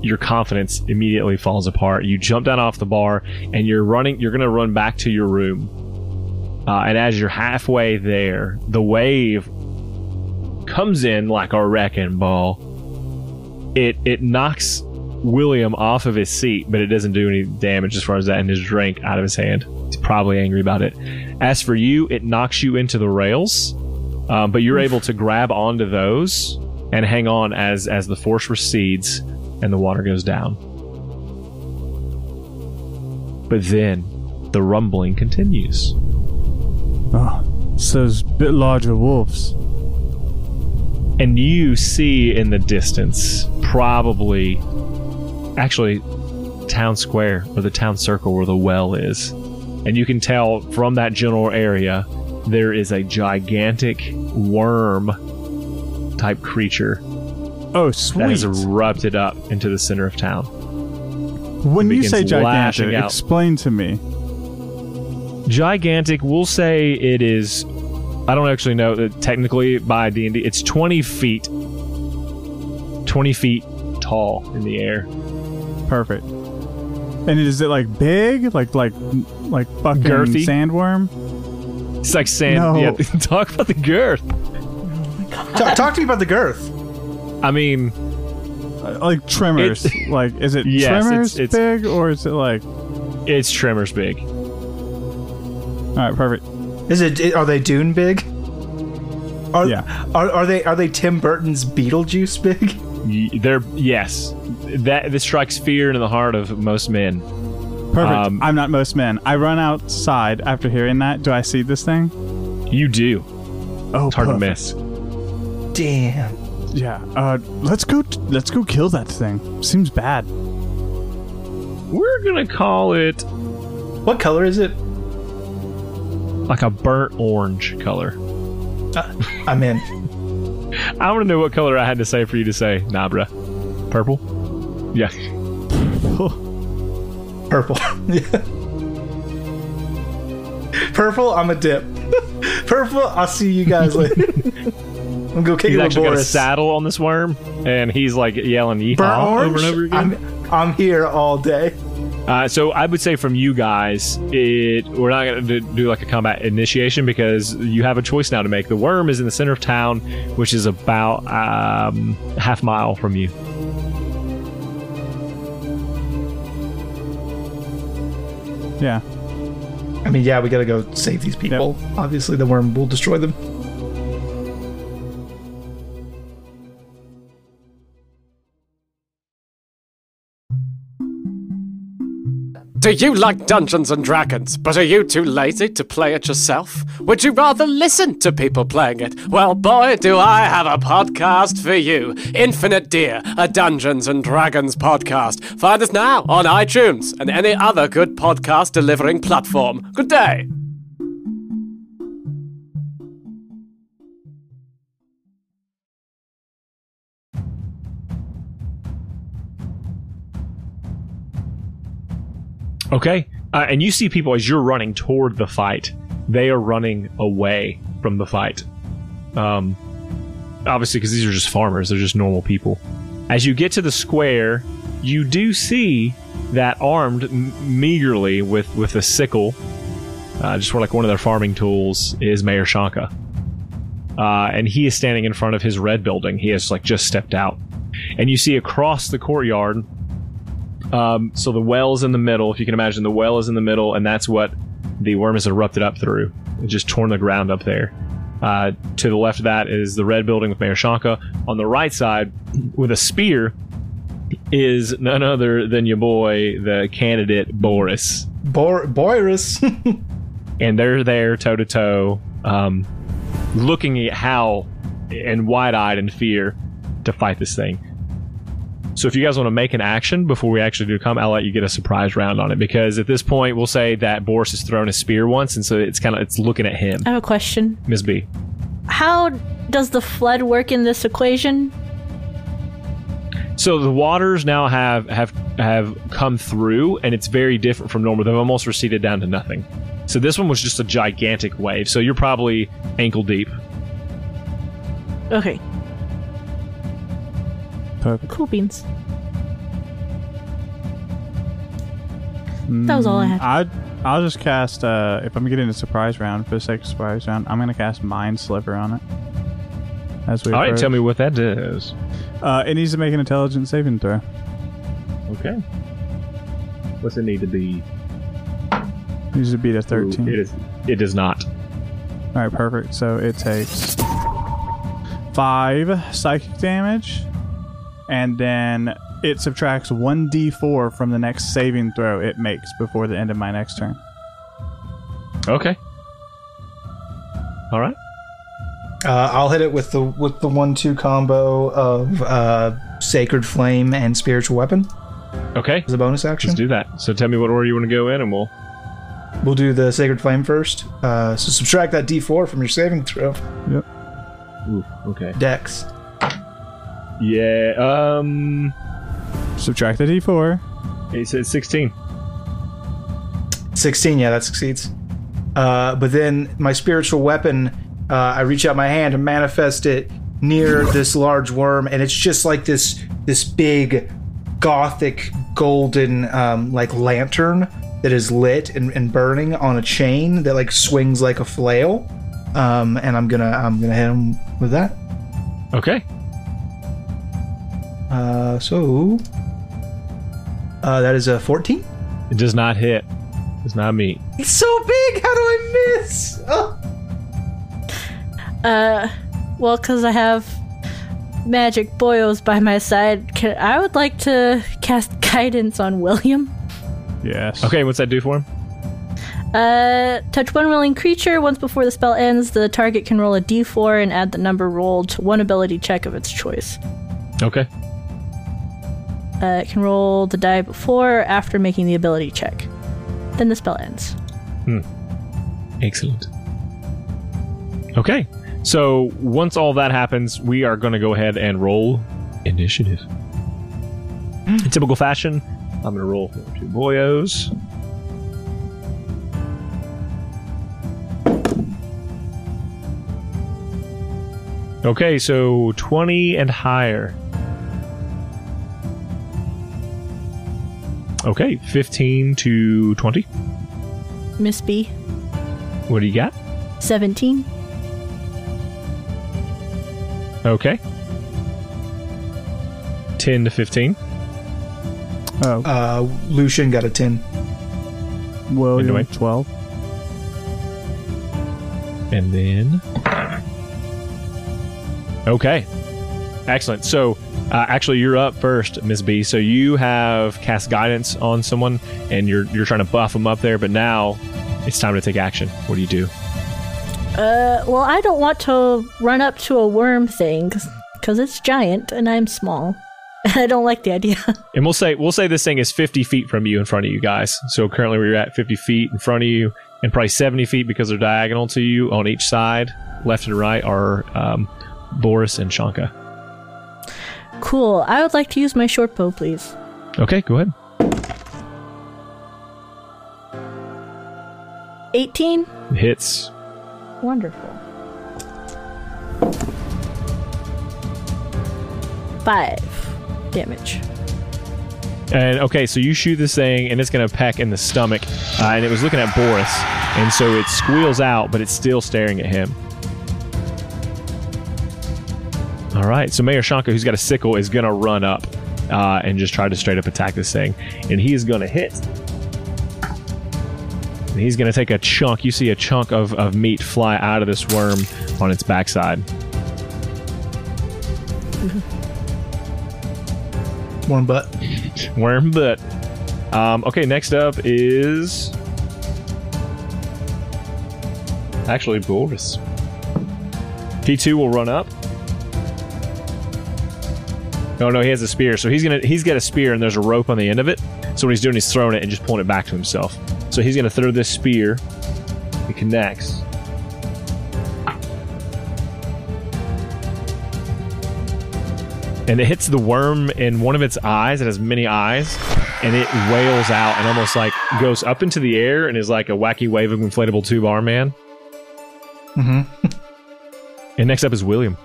Speaker 1: your confidence immediately falls apart. You jump down off the bar and you're running. You're gonna run back to your room, uh, and as you're halfway there, the wave comes in like a wrecking ball. It it knocks William off of his seat, but it doesn't do any damage as far as that, and his drink out of his hand. He's probably angry about it. As for you, it knocks you into the rails, um, but you're able to grab onto those and hang on as as the force recedes and the water goes down. But then the rumbling continues.
Speaker 5: Ah, it's those bit larger wolves.
Speaker 1: and you see in the distance probably actually town square or the town circle where the well is and you can tell from that general area there is a gigantic worm type creature
Speaker 5: Oh,
Speaker 1: that
Speaker 5: sweet.
Speaker 1: has erupted up into the center of town
Speaker 5: when you
Speaker 1: begins
Speaker 5: say gigantic,
Speaker 1: lashing out.
Speaker 5: explain to me.
Speaker 1: gigantic we'll say it is i don't actually know that technically by d&d it's 20 feet 20 feet tall in the air
Speaker 5: Perfect. And is it like big, like like like fucking
Speaker 1: Girthy?
Speaker 5: sandworm?
Speaker 1: It's like sand.
Speaker 5: No.
Speaker 1: Yeah, talk about the girth.
Speaker 2: Talk, talk to me about the girth.
Speaker 1: I mean,
Speaker 5: Uh, Like tremors? like is it
Speaker 1: Yes, it's-
Speaker 5: tremors
Speaker 1: it's-
Speaker 5: big or is it like? All
Speaker 1: it's tremors big.
Speaker 5: right, perfect.
Speaker 2: Is it? Are they Dune big? Are,
Speaker 5: Yeah.
Speaker 2: Are, are they? Are they Tim Burton's Beetlejuice big?
Speaker 1: Y- They're yes, that this strikes fear into the heart of most men.
Speaker 5: Perfect.
Speaker 1: Um,
Speaker 5: I'm not most men. I run outside after hearing that. Do I see this thing?
Speaker 1: You do.
Speaker 5: Oh,
Speaker 1: It's hard to
Speaker 5: perfect.
Speaker 1: miss.
Speaker 2: Damn.
Speaker 5: Yeah. Uh, let's go. T- let's go kill that thing. Seems bad.
Speaker 1: We're gonna call it
Speaker 2: What color is it?
Speaker 1: like a burnt orange color.
Speaker 2: Uh, I'm in.
Speaker 1: I want to know what color I had to say for you to say, nah, bruh. Purple. Yeah.
Speaker 2: Purple. Yeah. Purple, I'm a dip. Purple, I'll see you guys later. I'm gonna go kick
Speaker 1: He's
Speaker 2: it with
Speaker 1: actually got a
Speaker 2: Boris.
Speaker 1: saddle on this worm, and he's like yelling
Speaker 2: Burnt
Speaker 1: "Yeehaw"
Speaker 2: orange.
Speaker 1: over and over again.
Speaker 2: I'm, I'm here all day.
Speaker 1: Uh, so I would say from you guys, it we're not going to do like a combat initiation because you have a choice now to make. The worm is in the center of town, which is about um, half mile from you.
Speaker 5: Yeah.
Speaker 2: I mean, yeah, we gotta go save these people. Obviously, the worm will destroy them.
Speaker 6: Do you like Dungeons and Dragons, but are you too lazy to play it yourself? Would you rather listen to people playing it? Well, boy, do I have a podcast for you Infinite Deer, a Dungeons and Dragons podcast. Find us now on iTunes and any other good podcast delivering platform. Good day.
Speaker 1: Okay. Uh, and you see people as you're running toward the fight, they are running away from the fight. Um, obviously, because these are just farmers, they're just normal people. As you get to the square, you do see that armed m- meagerly with, with a sickle, uh, just for like one of their farming tools, is Mayor Shanka. Uh, and he is standing in front of his red building. He has like just stepped out. And you see across the courtyard, um, so the well's in the middle. If you can imagine, the well is in the middle, and that's what the worm has erupted up through. It just torn the ground up there. Uh, to the left of that is the red building with Mayor Shanka. On the right side, with a spear, is none other than your boy, the candidate Boris.
Speaker 2: Bor- Boris. uh,
Speaker 1: and they're there toe to toe, um, looking at Hal and wide eyed in fear to fight this thing. So if you guys want to make an action before we actually do come, I'll let you get a surprise round on it because at this point we'll say that Boris has thrown a spear once, and so it's kind of it's looking at him,
Speaker 4: I have a question.
Speaker 1: Miss B.
Speaker 4: How does the flood work in this equation?
Speaker 1: So the waters now have have have come through, and it's very different from normal. They've almost receded down to nothing. So this one was just a gigantic wave. So you're probably ankle deep.
Speaker 4: Okay,
Speaker 5: Perfect.
Speaker 4: cool beans. That was all I had.
Speaker 3: I I'll just cast. Uh, if I'm getting a surprise round for the second surprise round, I'm gonna cast Mind Sliver on it. As we
Speaker 1: All right,
Speaker 3: approach.
Speaker 1: tell me what that does.
Speaker 3: Uh, it needs to make an intelligence saving throw.
Speaker 1: Okay. What's it need to be?
Speaker 3: It needs to beat a 13.
Speaker 1: It is. It does not.
Speaker 3: All right, perfect. So it takes five psychic damage, and then it subtracts one d4 from the next saving throw it makes before the end of my next turn.
Speaker 1: Okay. All right.
Speaker 2: Uh, I'll hit it with the with the one two combo of uh, sacred flame and spiritual weapon
Speaker 1: Okay.
Speaker 2: as a bonus action.
Speaker 1: Let's do that. So tell me what order you want to go in, and we'll.
Speaker 2: we'll do the sacred flame first. Uh, so subtract that D4 from your saving throw.
Speaker 1: Ooh, okay.
Speaker 2: Dex.
Speaker 1: Yeah. Um.
Speaker 3: Subtract the d4.
Speaker 1: It said sixteen.
Speaker 2: 16, yeah, that succeeds. Uh, but then my spiritual weapon, uh, I reach out my hand and manifest it near this large worm, and it's just like this this big gothic golden um, like lantern that is lit and, and burning on a chain that like swings like a flail. Um, and I'm gonna I'm gonna hit him with that.
Speaker 1: Okay.
Speaker 2: Uh, so uh, that is a 14.
Speaker 1: It does not hit. Does not meet.
Speaker 2: It's so big. How do I miss? Oh.
Speaker 4: Uh, well, because I have magic boils by my side, can, I would like to cast guidance on William.
Speaker 3: Yes.
Speaker 1: Okay. What's that do for him?
Speaker 4: Uh, touch one willing creature. Once before the spell ends, the target can roll a d4 and add the number rolled to one ability check of its choice.
Speaker 1: Okay.
Speaker 4: Uh, it can roll the die before or after making the ability check. Then the spell ends.
Speaker 1: Excellent. Okay. So once all that happens, we are going to go ahead and roll initiative. In typical fashion, I'm going to roll for two boyos. Okay, so 20 and higher. Okay, 15 to 20.
Speaker 4: Miss B,
Speaker 1: What do you got?
Speaker 4: 17.
Speaker 1: Okay. 10 to 15.
Speaker 3: Oh,
Speaker 2: Uh, Lucian got a 10.
Speaker 3: well,
Speaker 1: anyway.
Speaker 3: anyway. 12.
Speaker 1: And then. Okay. Excellent. So, uh, actually, you're up first, Miss B. So you have cast guidance on someone, and you're you're trying to buff them up there. But now, it's time to take action. What do you do?
Speaker 4: Uh, well, I don't want to run up to a worm thing because it's giant and I'm small. I don't like the idea.
Speaker 1: And we'll say we'll say this thing is 50 feet from you in front of you guys. So currently we're at 50 feet in front of you, and probably 70 feet because they're diagonal to you on each side, left and right are um, Boris and Shanka.
Speaker 4: Cool. I would like to use my short bow, please.
Speaker 1: Okay, go ahead.
Speaker 4: 18?
Speaker 1: Hits.
Speaker 4: Wonderful. Five damage.
Speaker 1: And okay, so you shoot this thing, and it's going to peck in the stomach. Uh, and it was looking at Boris, and so it squeals out, but it's still staring at him. All right, so Mayor Shanka, who's got a sickle, is going to run up uh, and just try to straight up attack this thing. And he is going to hit. And he's going to take a chunk. You see a chunk of, of meat fly out of this worm on its backside.
Speaker 2: Warm butt.
Speaker 1: Worm butt. Um, okay, next up is actually Boris. He too will run up. Oh no, he has a spear, so he's gonna he's got a spear and there's a rope on the end of it. So what he's doing is throwing it and just pulling it back to himself. So he's gonna throw this spear. It connects. and it hits the worm in one of its eyes. It has many eyes, and it wails out and almost like goes up into the air and is like a wacky wave of inflatable tube arm man. Mm-hmm. and next up is William.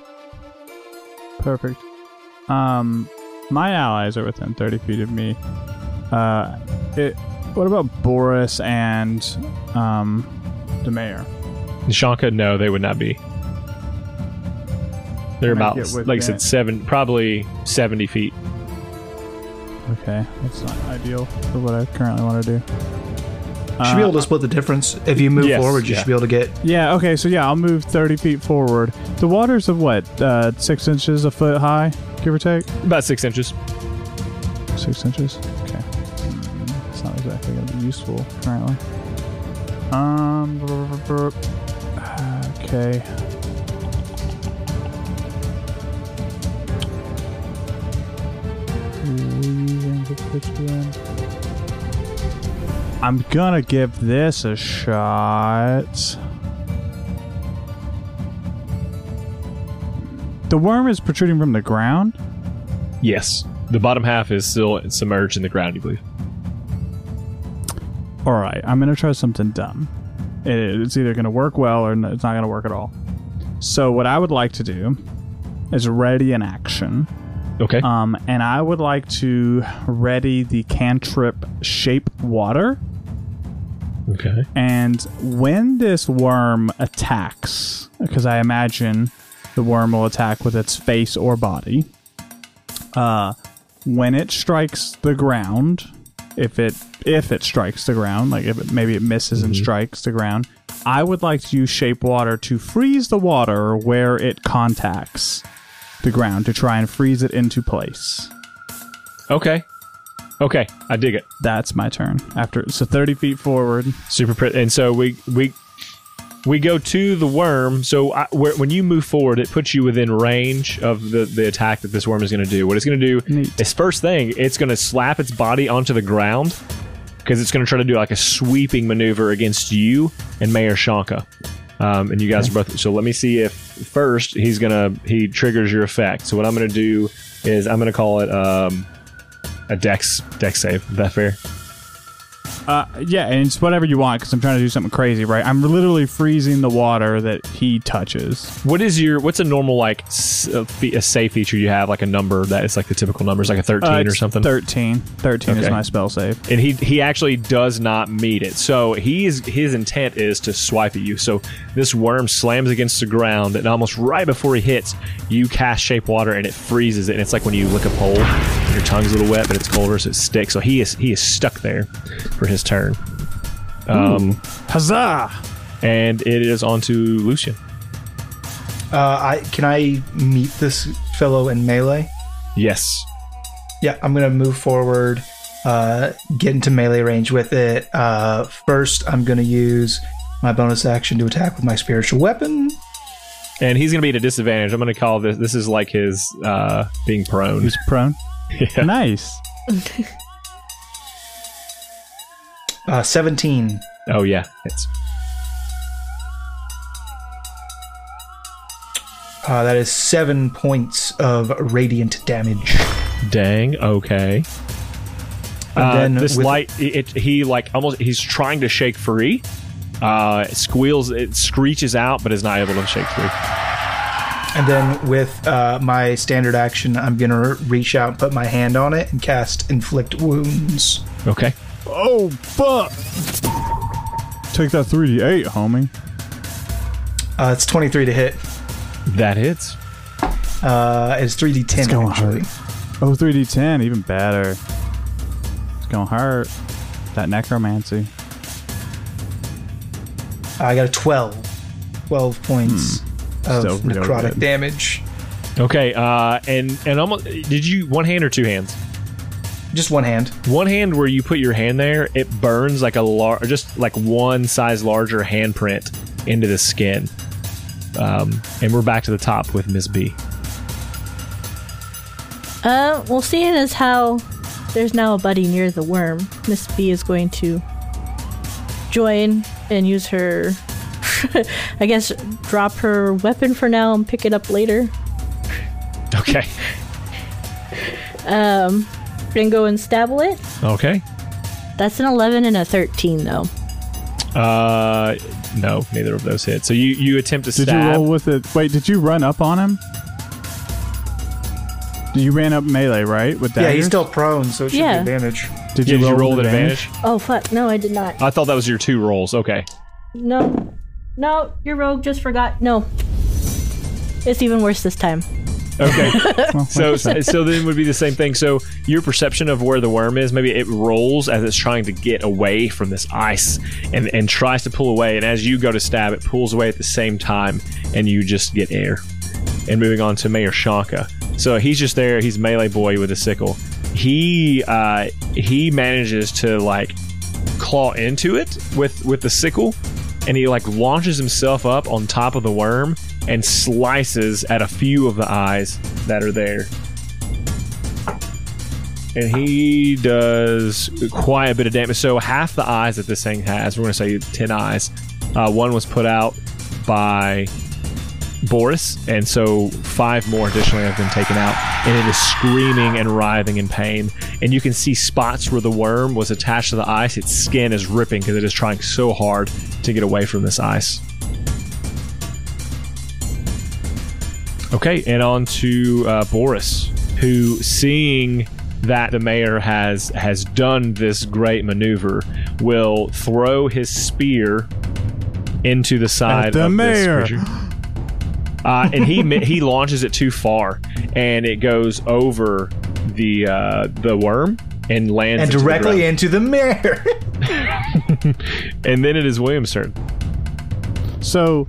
Speaker 3: Perfect. Um, my allies are within 30 feet of me. Uh, it, what about Boris and um, the mayor?
Speaker 1: Nishanka, no, they would not be. They're
Speaker 3: Can I
Speaker 1: about,
Speaker 3: get with
Speaker 1: like I said,
Speaker 3: that?
Speaker 1: seven, probably 70 feet.
Speaker 3: Okay, that's not ideal for what I currently want to do.
Speaker 2: You should be able to split the difference. If you move
Speaker 1: Uh, Yes,
Speaker 2: forward, you
Speaker 1: yeah.
Speaker 2: should be able to get.
Speaker 3: Yeah, okay, so yeah, I'll move 30 feet forward. The water's of what? Uh, six inches, a foot high, give or take?
Speaker 1: About six inches.
Speaker 3: Six inches? Okay. Mm, It's not exactly going to be useful currently. Um, brr, brr, brr, brr. Uh, okay. I'm gonna give this a shot. The worm is protruding from the ground.
Speaker 1: Yes. The bottom half is still submerged in the ground, you believe.
Speaker 3: all right, I'm going to try something dumb. It- It's either going to work well or n- it's not going to work at all. So, what I would like to do is ready an action.
Speaker 1: Okay.
Speaker 3: Um, and I would like to ready the cantrip shape water.
Speaker 1: okay.
Speaker 3: And when this worm attacks, because I imagine the worm will attack with its face or body, uh, when it strikes the ground, if it if it strikes the ground, like if it, maybe it misses and strikes the ground, I would like to use shape water to freeze the water where it contacts the ground to try and freeze it into place.
Speaker 1: Okay. Okay. I dig it.
Speaker 3: That's my turn. After so thirty feet forward.
Speaker 1: super pre- and so we we we go to the worm so I, where, when you move forward it puts you within range of the, the attack that this worm is going to do what it's going to do
Speaker 3: Neat.
Speaker 1: is first thing it's going to slap its body onto the ground because it's going to try to do like a sweeping maneuver against you and mayor shanka um, and you guys are both so let me see if first he's gonna he triggers your effect so what i'm gonna do is i'm gonna call it um, a dex dex save is that fair
Speaker 3: Uh, yeah, and it's whatever you want because I'm trying to do something crazy, right? I'm literally freezing the water that he touches.
Speaker 1: What is your what's a normal like s- a fe- a say feature you have like a number that is like the typical number is like a
Speaker 3: Uh,
Speaker 1: thirteen or
Speaker 3: it's
Speaker 1: something
Speaker 3: 13. 13 is
Speaker 1: Okay.
Speaker 3: my spell save.
Speaker 1: and he he actually does not meet it so he is his intent is to swipe at you so this worm slams against the ground and almost right before he hits you cast shape water and it freezes it and it's like when you lick a pole and your tongue's a little wet but it's colder so it sticks so he is he is stuck there for his turn Um,
Speaker 3: Huzzah!
Speaker 1: and it is on to Lucian
Speaker 2: Uh, I can I meet this fellow in melee?
Speaker 1: yes
Speaker 2: Yeah, I'm gonna move forward, uh, get into melee range with it. Uh, first, I'm gonna use my bonus action to attack with my spiritual weapon.
Speaker 1: and he's gonna be at a disadvantage I'm gonna call this this is like his uh being prone
Speaker 3: He's prone. Nice.
Speaker 2: Uh, 17.
Speaker 1: oh yeah it's
Speaker 2: Uh, that is seven points of radiant damage.
Speaker 1: Dang. Okay. Uh,
Speaker 2: then
Speaker 1: this
Speaker 2: with-
Speaker 1: light, it, it- he like almost he's trying to shake free. Uh, it squeals, it screeches out, but is not able to shake free.
Speaker 2: And then with uh, my standard action, I'm gonna reach out, put my hand on it, and cast inflict wounds.
Speaker 1: Okay.
Speaker 3: Oh, fuck! Take that 3d8, homie.
Speaker 2: Uh, it's 23 to hit.
Speaker 1: That hits.
Speaker 2: Uh, it's 3d10
Speaker 3: It's gonna
Speaker 2: actually.
Speaker 3: hurt. Oh, 3d10, even better. It's gonna hurt. That necromancy.
Speaker 2: Uh, I got a 12. 12 points
Speaker 1: Hmm.
Speaker 2: of
Speaker 3: Still real
Speaker 2: necrotic
Speaker 3: good.
Speaker 2: damage.
Speaker 1: Okay. Uh, and and almost did you one hand or two hands?
Speaker 2: Just one hand.
Speaker 1: One hand where you put your hand there, it burns like a lar- or just like one size larger handprint into the skin. Um, and we're back to the top with Miss B.
Speaker 4: Uh, well, seeing as how there's now a buddy near the worm, Miss B is going to join and use her. I guess drop her weapon for now and pick it up later.
Speaker 1: Okay.
Speaker 4: Um, then go and stabble it.
Speaker 1: Okay.
Speaker 4: That's an 11 and a 13, though.
Speaker 1: Uh, no, neither of those hit. So you you attempt to
Speaker 3: Did
Speaker 1: stab.
Speaker 3: you roll with it? Wait, did you run up on him? You ran up melee, right? With that,
Speaker 2: Yeah, he's still prone, so it should
Speaker 4: Yeah.
Speaker 2: be advantage.
Speaker 3: Did
Speaker 1: Yeah,
Speaker 3: you
Speaker 1: did
Speaker 3: roll,
Speaker 1: you roll
Speaker 3: with
Speaker 1: with
Speaker 3: advantage?
Speaker 1: advantage?
Speaker 4: Oh, fuck. No, I did not.
Speaker 1: I thought that was your two rolls. Okay.
Speaker 4: No. No, your rogue just forgot. No. It's even worse this time.
Speaker 1: Okay.
Speaker 3: Well,
Speaker 1: so so then would be the same thing. So your perception of where the worm is, maybe it rolls as it's trying to get away from this ice and and tries to pull away. And as you go to stab, it pulls away at the same time, and you just get air. And moving on to Mayor Shanka. So he's just there. He's melee boy with a sickle. He uh, he manages to like claw into it with with the sickle and he like launches himself up on top of the worm and slices at a few of the eyes that are there and he does quite a bit of damage so half the eyes that this thing has we're going to say 10 eyes uh, one was put out by Boris, and so five more additionally have been taken out, and it is screaming and writhing in pain. And you can see spots where the worm was attached to the ice. Its skin is ripping because it is trying so hard to get away from this ice. Okay, and on to uh, Boris, who seeing that the mayor has has done this great maneuver, will throw his spear into the side
Speaker 3: the
Speaker 1: of
Speaker 3: mayor.
Speaker 1: This creature uh, and he mi- he launches it too far, and it goes over the uh, the worm and lands
Speaker 2: And
Speaker 1: into the
Speaker 2: directly
Speaker 1: ground.
Speaker 2: into the mirror.
Speaker 1: And then it is William's turn.
Speaker 3: So,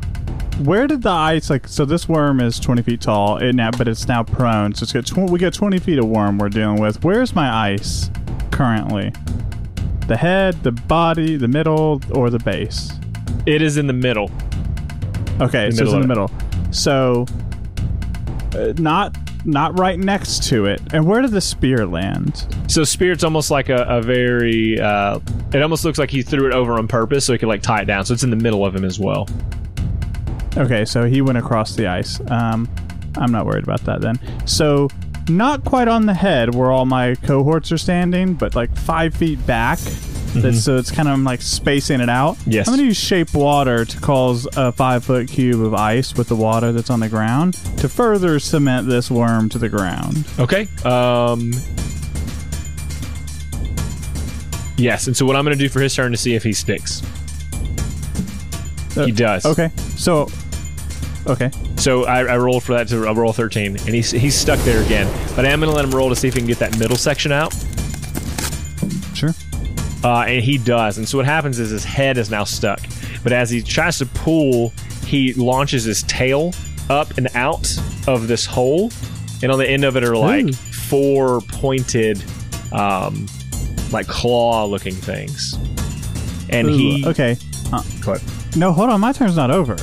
Speaker 3: where did the ice like? So this worm is twenty feet tall, and now but it's now prone. So it's got tw- we got twenty feet of worm we're dealing with. Where's my ice currently? The head, the body, the middle, or the base?
Speaker 1: It is in the middle.
Speaker 3: Okay, so it's in the
Speaker 1: middle
Speaker 3: middle. So, uh, not not right next to it. And where did the spear land?
Speaker 1: So spirit's almost like a, a very. Uh, it almost looks like he threw it over on purpose so he could like tie it down. So it's in the middle of him as well.
Speaker 3: Okay, so he went across the ice. Um, I'm not worried about that then. So, not quite on the head where all my cohorts are standing, but like five feet back. That's, so it's kind of like spacing it out.
Speaker 1: Mm-hmm. Yes.
Speaker 3: I'm going to use shape water to cause a five foot cube of ice with the water that's on the ground to further cement this worm to the ground.
Speaker 1: Okay. Um. Yes, and so what I'm going to do for his turn to see if he sticks.
Speaker 3: Uh,
Speaker 1: He does.
Speaker 3: Okay. So, okay.
Speaker 1: So I, I rolled for that to a roll 13, and he's, he's stuck there again. But I am going to let him roll to see if he can get that middle section out.
Speaker 3: Sure.
Speaker 1: Uh, and he does. And so what happens is his head is now stuck. But as he tries to pull, he launches his tail up and out of this hole. And on the end of it are like
Speaker 3: Ooh.
Speaker 1: four pointed, um, like claw looking things. And
Speaker 3: Ooh,
Speaker 1: he.
Speaker 3: okay. Uh,
Speaker 1: Go ahead.
Speaker 3: no, hold on. My turn's not over.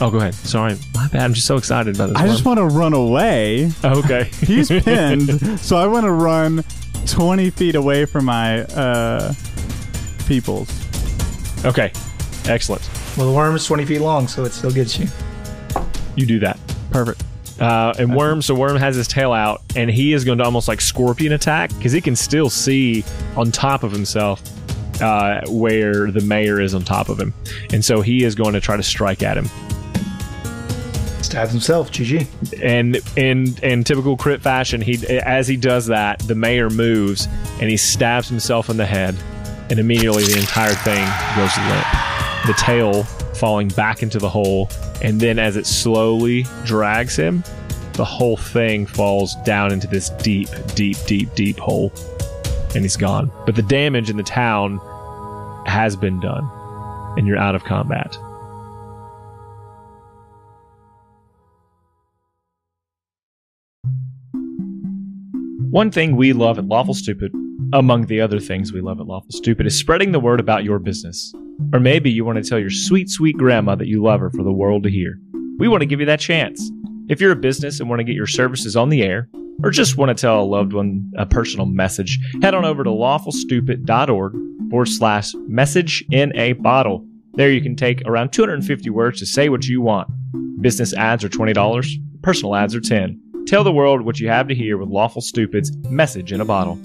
Speaker 1: Oh, go ahead. Sorry. My bad. I'm just so excited about this.
Speaker 3: I just
Speaker 1: worm.
Speaker 3: want to run away.
Speaker 1: Oh, okay.
Speaker 3: He's pinned, so I want to run 20 feet away from my uh, peoples.
Speaker 1: okay. Excellent.
Speaker 2: well, the worm is 20 feet long, so it still gets you.
Speaker 1: You do that.
Speaker 3: Perfect.
Speaker 1: Uh, and Worm, so Worm has his tail out, and he is going to almost like scorpion attack because he can still see on top of himself uh, where the mayor is on top of him. And so he is going to try to strike at him.
Speaker 2: Stabs himself. GG.
Speaker 1: And in, in typical crit fashion, he as he does that, the mayor moves and he stabs himself in the head, and immediately the entire thing goes limp. The tail falling back into the hole, and then as it slowly drags him, the whole thing falls down into this deep, deep, deep, deep hole, and he's gone. But the damage in the town has been done, and you're out of combat. One thing we love at Lawful Stupid, among the other things we love at Lawful Stupid, is spreading the word about your business. Or maybe you want to tell your sweet, sweet grandma that you love her for the world to hear. We want to give you that chance. If you're a business and want to get your services on the air, or just want to tell a loved one a personal message, head on over to lawfulstupid.org forward slash message in a bottle. There you can take around 250 words to say what you want. Business ads are $20, personal ads are 10 Tell the world what you have to hear with Lawful Stupid's message in a bottle.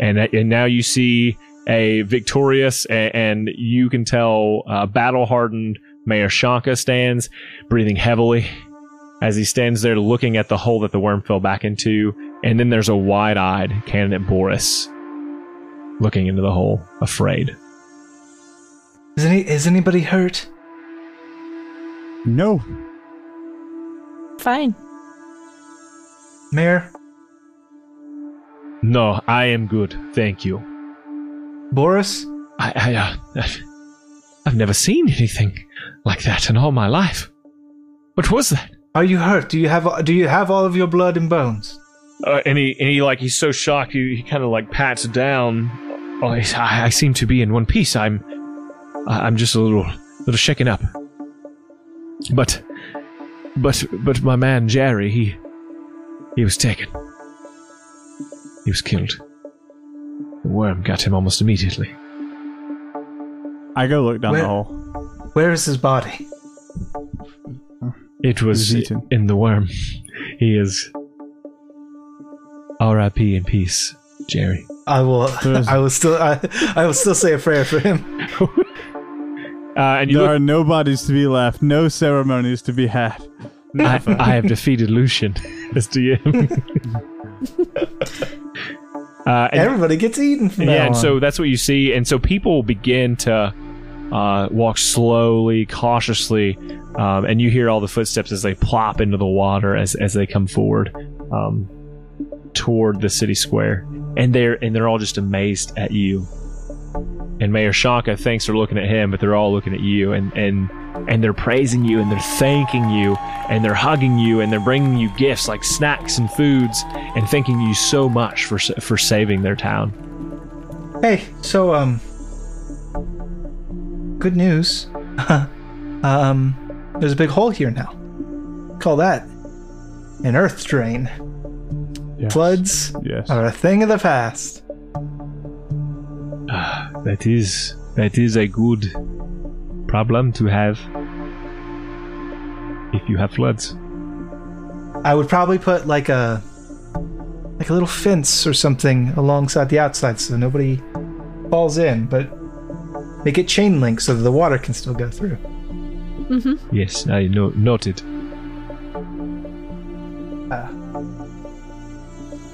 Speaker 1: and and now you see a victorious and, and you can tell uh, battle hardened Mayor Shanka stands, breathing heavily as he stands there looking at the hole that the worm fell back into. And then there's a wide eyed candidate Boris looking into the hole, afraid.
Speaker 2: Is, any, is anybody hurt?
Speaker 3: No.
Speaker 4: Fine.
Speaker 2: Mayor?
Speaker 1: No, I am good, thank you.
Speaker 2: Boris?
Speaker 1: I, I uh, I've- I've never seen anything like that in all my life. What was that?
Speaker 2: Are you hurt? Do you have do you have all of your blood and bones?
Speaker 1: Uh, and he and he like he's so shocked he, he kind of like pats down. Oh, he's- I, I seem to be in one piece. I'm I- I'm just a little little shaken up. But but but my man Jerry he he was taken. He was killed. The worm got him almost immediately.
Speaker 3: I go look down
Speaker 2: Where-
Speaker 3: the hole.
Speaker 2: Where is his body?
Speaker 1: It was,
Speaker 3: was eaten.
Speaker 1: in the worm. He is R.I.P. in peace, Jerry.
Speaker 2: I will.
Speaker 3: There's-
Speaker 2: I will still. I, I will still say a prayer for him.
Speaker 1: Uh, and
Speaker 3: There are no bodies to be left, no ceremonies to be had.
Speaker 1: I, I have defeated Lucian as DM. uh, and,
Speaker 2: Everybody gets eaten from
Speaker 1: yeah,
Speaker 2: now
Speaker 1: and
Speaker 2: on.
Speaker 1: so that's what you see, and so people begin to uh, walk slowly, cautiously, um, and you hear all the footsteps as they plop into the water as as they come forward um, toward the city square, and they're and they're all just amazed at you. And Mayor Shanka thanks for looking at him, but they're all looking at you, and and and they're praising you, and they're thanking you, and they're hugging you, and they're bringing you gifts like snacks and foods, and thanking you so much for s- for saving their town.
Speaker 2: hey, so um, good news. um, there's a big hole here now. Call that an earth drain.
Speaker 3: Yes.
Speaker 2: Floods
Speaker 3: Yes.
Speaker 2: are a thing of the past.
Speaker 1: That is that is a good problem to have if you have floods.
Speaker 2: I would probably put like a like a little fence or something alongside the outside so nobody falls in, but make it chain link so that the water can still go through.
Speaker 1: Yes, I no- noted.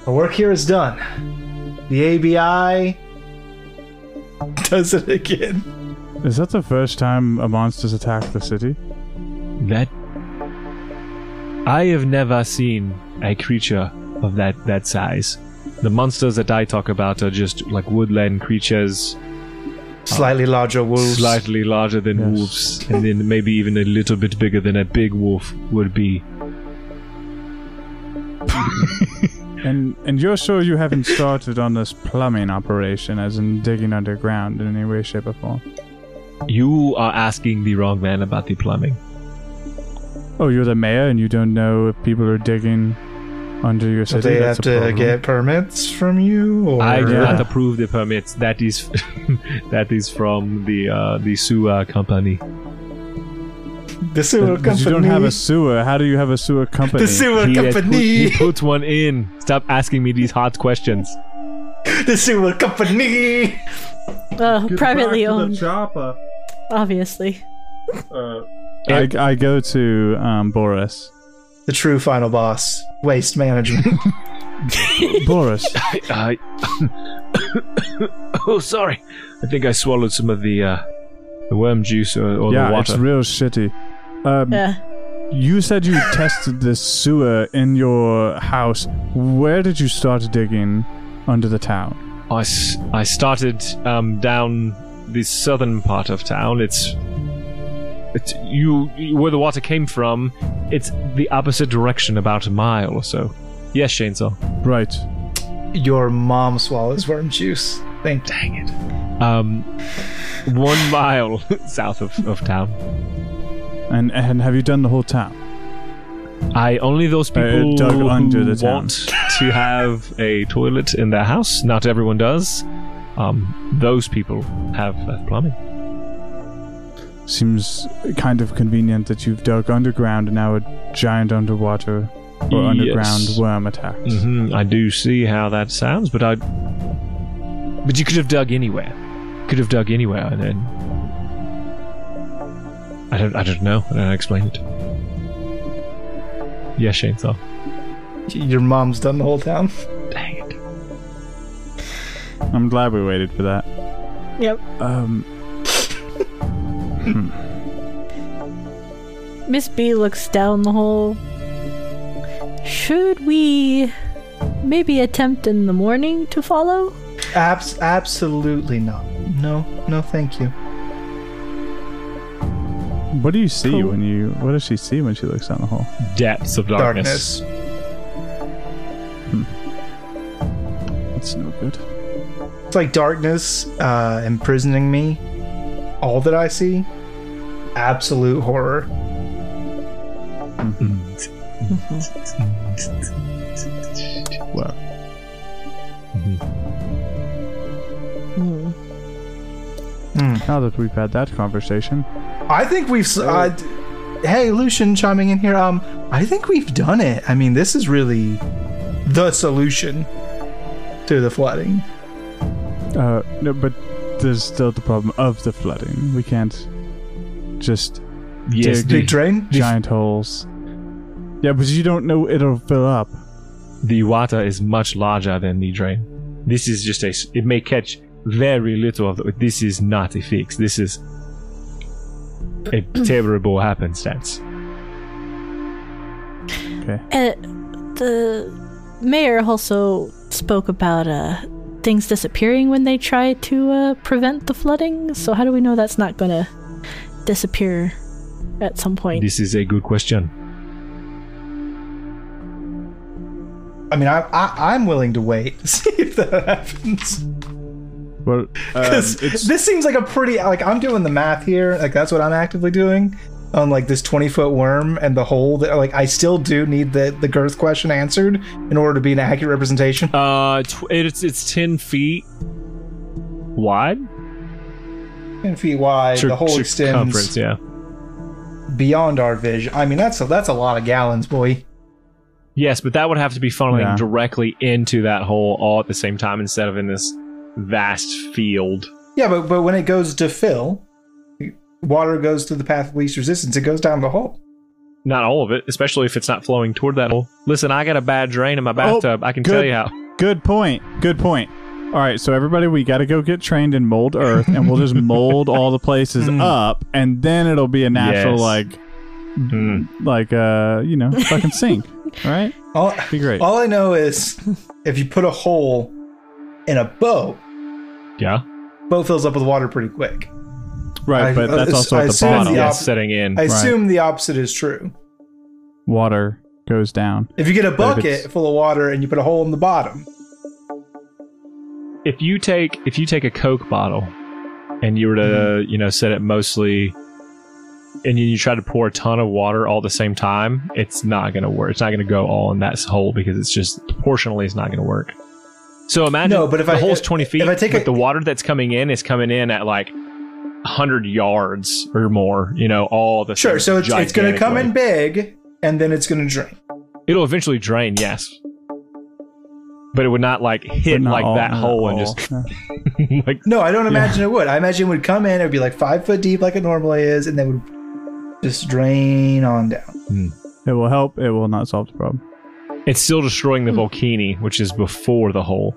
Speaker 2: Our work here is done. The ABI does it again.
Speaker 3: Is that the first time a monster's attacked the city?
Speaker 1: That I have never seen a creature of that that size. The monsters that I talk about are just like woodland creatures,
Speaker 3: Uh,
Speaker 2: Slightly larger wolves.
Speaker 1: slightly larger than
Speaker 3: Yes.
Speaker 1: wolves, and then maybe even a little bit bigger than a big wolf would be.
Speaker 3: And and you're sure you haven't started on this plumbing operation, as in digging underground in any way, shape, or form?
Speaker 1: You are asking the wrong man about the plumbing.
Speaker 3: Oh, you're the mayor, and you don't know if people are digging under your
Speaker 2: Do
Speaker 3: city.
Speaker 2: they
Speaker 3: That's
Speaker 2: have
Speaker 3: a
Speaker 2: to
Speaker 3: problem.
Speaker 2: get permits from you? Or
Speaker 1: I do
Speaker 3: Yeah.
Speaker 1: not approve the permits. That is, that is from the uh, the sewer company.
Speaker 2: the sewer
Speaker 3: Because
Speaker 2: company.
Speaker 3: you don't have a sewer. How do you have a sewer company?
Speaker 2: the sewer
Speaker 1: He, has put, he
Speaker 2: company.
Speaker 1: put one in. Stop asking me these hard questions.
Speaker 3: E.
Speaker 2: the sewer company.
Speaker 4: Uh, privately owned,
Speaker 5: Chopper.
Speaker 4: obviously.
Speaker 3: I, I go to um, Boris.
Speaker 2: The true final boss. Waste management.
Speaker 3: Boris,
Speaker 1: I, oh, sorry. I think I swallowed some of the uh, the worm juice or, or the
Speaker 3: yeah, it's
Speaker 1: water.
Speaker 3: real shitty. Um,
Speaker 4: Yeah.
Speaker 3: You said you tested this sewer in your house. Where did you start digging under the town?
Speaker 1: I, s- I started um, down the southern part of town. It's, it's you where the water came from. It's the opposite direction, about a mile or so. Yes, Chainsaw.
Speaker 3: Right.
Speaker 2: Your mom swallows worm juice. Thank
Speaker 1: Dang it. Um, one mile south of, of town.
Speaker 3: And and have you done the whole town?
Speaker 1: I only those people
Speaker 3: dug under
Speaker 1: who
Speaker 3: the town.
Speaker 1: want to have a toilet in their house. Not everyone does. Um, those people have, have plumbing.
Speaker 3: Seems kind of convenient that you've dug underground and now a giant underwater or
Speaker 1: Yes.
Speaker 3: underground worm attacks.
Speaker 1: hmm I do see how that sounds, but I. But you could have dug anywhere. Could have dug anywhere, and then. I don't. I don't know. I don't know how to explain it. Yeah, Shane thought.
Speaker 2: you. Your mom's done the whole town.
Speaker 1: Dang it.
Speaker 3: I'm glad we waited for that.
Speaker 4: Yep.
Speaker 3: Um,
Speaker 4: Miss B looks down the hole. Should we maybe attempt in the morning to follow?
Speaker 2: Abs- absolutely not. No, no, thank you.
Speaker 3: what do you see
Speaker 4: Cool.
Speaker 3: when you? What does she see when she looks down the hole?
Speaker 1: Depths of darkness.
Speaker 2: Darkness.
Speaker 3: That's no good.
Speaker 2: It's like darkness uh, imprisoning me. All that I see, absolute horror.
Speaker 3: Well, now that we've had that conversation,
Speaker 2: I think we've.
Speaker 1: Oh.
Speaker 2: s- Uh, d- hey, Lucian, chiming in here. Um, I think we've done it. I mean, this is really the solution to the flooding.
Speaker 3: uh, no, but there's still the problem of the flooding. We can't just
Speaker 1: Yes,
Speaker 3: Dig
Speaker 2: Big
Speaker 1: the,
Speaker 2: drain.
Speaker 3: giant holes. Yeah, but you don't know it'll fill up.
Speaker 1: the water is much larger than the drain. This is just a. s- It may catch very little of the. This is not a fix. This is a terrible happenstance.
Speaker 4: Uh, the mayor also spoke about uh, things disappearing when they try to uh, prevent the flooding. So how do we know that's not going to disappear at some point?
Speaker 1: This is a good question.
Speaker 2: I mean, I, I I'm willing to wait to see if that happens.
Speaker 1: Um,
Speaker 3: Well, um,
Speaker 2: 'Cause
Speaker 3: it's,
Speaker 2: this seems like a pretty like I'm doing the math here. Like that's what I'm actively doing on like this 20 foot worm and the hole that like I still do need the the girth question answered in order to be an accurate representation.
Speaker 1: Uh, tw- it's it's ten feet wide.
Speaker 2: 10 feet wide, the hole
Speaker 1: circumference,
Speaker 2: extends
Speaker 1: yeah,
Speaker 2: beyond our vision. I mean, that's a, that's a lot of gallons, boy.
Speaker 1: yes, but that would have to be funneling
Speaker 3: Yeah.
Speaker 1: directly into that hole all at the same time instead of in this vast field.
Speaker 2: Yeah, but but when it goes to fill, water goes to the path of least resistance. It goes down the hole.
Speaker 1: Not all of it, especially if it's not flowing toward that hole. Listen, I got a bad drain in my
Speaker 2: Oh,
Speaker 1: bathtub. I can
Speaker 3: good.
Speaker 1: tell you how.
Speaker 3: good point. Good point. All right, so everybody, we got to go get trained in mold earth, and we'll just mold all the places up, and then it'll be a natural
Speaker 1: Hmm. Yes.
Speaker 3: like,
Speaker 1: Mm.
Speaker 3: like uh, you know, fucking sink. All right,
Speaker 2: All,
Speaker 3: be great.
Speaker 2: all I know is if you put a hole in a boat,
Speaker 1: Yeah,
Speaker 2: boat fills up with water pretty quick.
Speaker 3: Right,
Speaker 2: I-
Speaker 3: but
Speaker 2: uh,
Speaker 3: that's
Speaker 2: it's-
Speaker 3: also
Speaker 2: I
Speaker 3: at the
Speaker 2: assume
Speaker 1: bottom,
Speaker 3: bottom.
Speaker 2: the-
Speaker 1: yeah,
Speaker 2: op-
Speaker 1: setting in.
Speaker 2: I assume the opposite is true.
Speaker 3: Water goes down.
Speaker 2: If you get a
Speaker 3: But if it's-
Speaker 2: bucket full of water and you put a hole in the bottom,
Speaker 1: if you take if you take a Coke bottle and you were to
Speaker 2: Mm-hmm.
Speaker 1: you know set it mostly, and you, you try to pour a ton of water all at the same time, it's not going to work. It's not going to go all in that hole because it's just proportionally it's not going to work. So imagine
Speaker 2: No, but if
Speaker 1: the
Speaker 2: I-
Speaker 1: hole's
Speaker 2: if-
Speaker 1: twenty feet,
Speaker 2: if I take
Speaker 1: but
Speaker 2: a-
Speaker 1: the water that's coming in is coming in at like hundred yards or more. You know, all the
Speaker 2: sure. So it's, it's going to come in big and then it's going to drain.
Speaker 1: It'll eventually drain, yes, but it would not like hit
Speaker 3: but not
Speaker 1: like
Speaker 3: all-
Speaker 1: that
Speaker 3: not
Speaker 1: hole and
Speaker 3: all.
Speaker 1: just
Speaker 3: Yeah.
Speaker 1: like
Speaker 2: No, I don't imagine it would. I imagine it would come in, it would be like five foot deep like it normally is, and then would just drain on down.
Speaker 3: It will help. It will not solve the problem.
Speaker 1: It's still destroying the volcano, which is before the hole.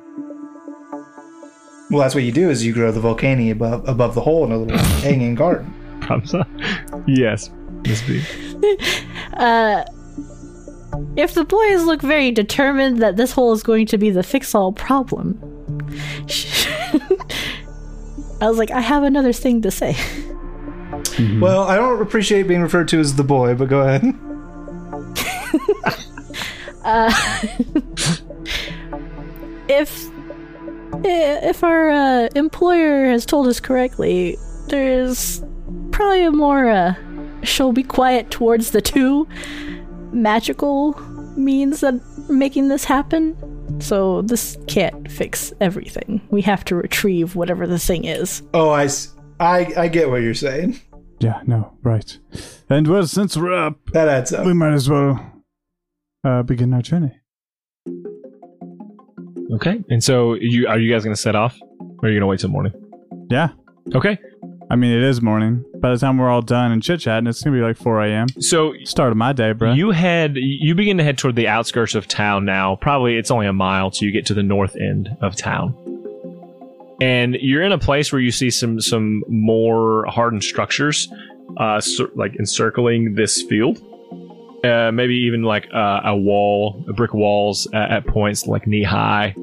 Speaker 2: Well, that's what you do is you grow the volcano above above the hole in a little hanging garden.
Speaker 1: Promise? yes. Miss B.
Speaker 4: Uh, if the boys look very determined that this hole is going to be the fix all problem, I was like, I have another thing to say.
Speaker 2: Well, I don't appreciate being referred to as the boy, but go ahead.
Speaker 4: if if our uh, employer has told us correctly, there's probably a more uh, she'll be quiet towards the two magical means that making this happen. So this can't fix everything. We have to retrieve whatever the thing is.
Speaker 2: Oh, I, s- I- I get what you're saying.
Speaker 3: Yeah, no, right. And well, since we're up,
Speaker 2: That adds up.
Speaker 3: we might as well uh, begin our journey.
Speaker 1: Okay. And so you are you guys going to set off or are you going to wait till morning?
Speaker 3: Yeah.
Speaker 1: Okay.
Speaker 3: I mean, it is morning. By the time we're all done and chit chatting, it's going to be like 4 a.m.
Speaker 1: So
Speaker 3: Start of my day, bro.
Speaker 1: you head you begin to head toward the outskirts of town now. Probably it's only a mile till you get to the north end of town. And you're in a place where you see some some more hardened structures uh cir- like encircling this field. Uh, maybe even like uh, a wall, brick walls uh, at points like knee high,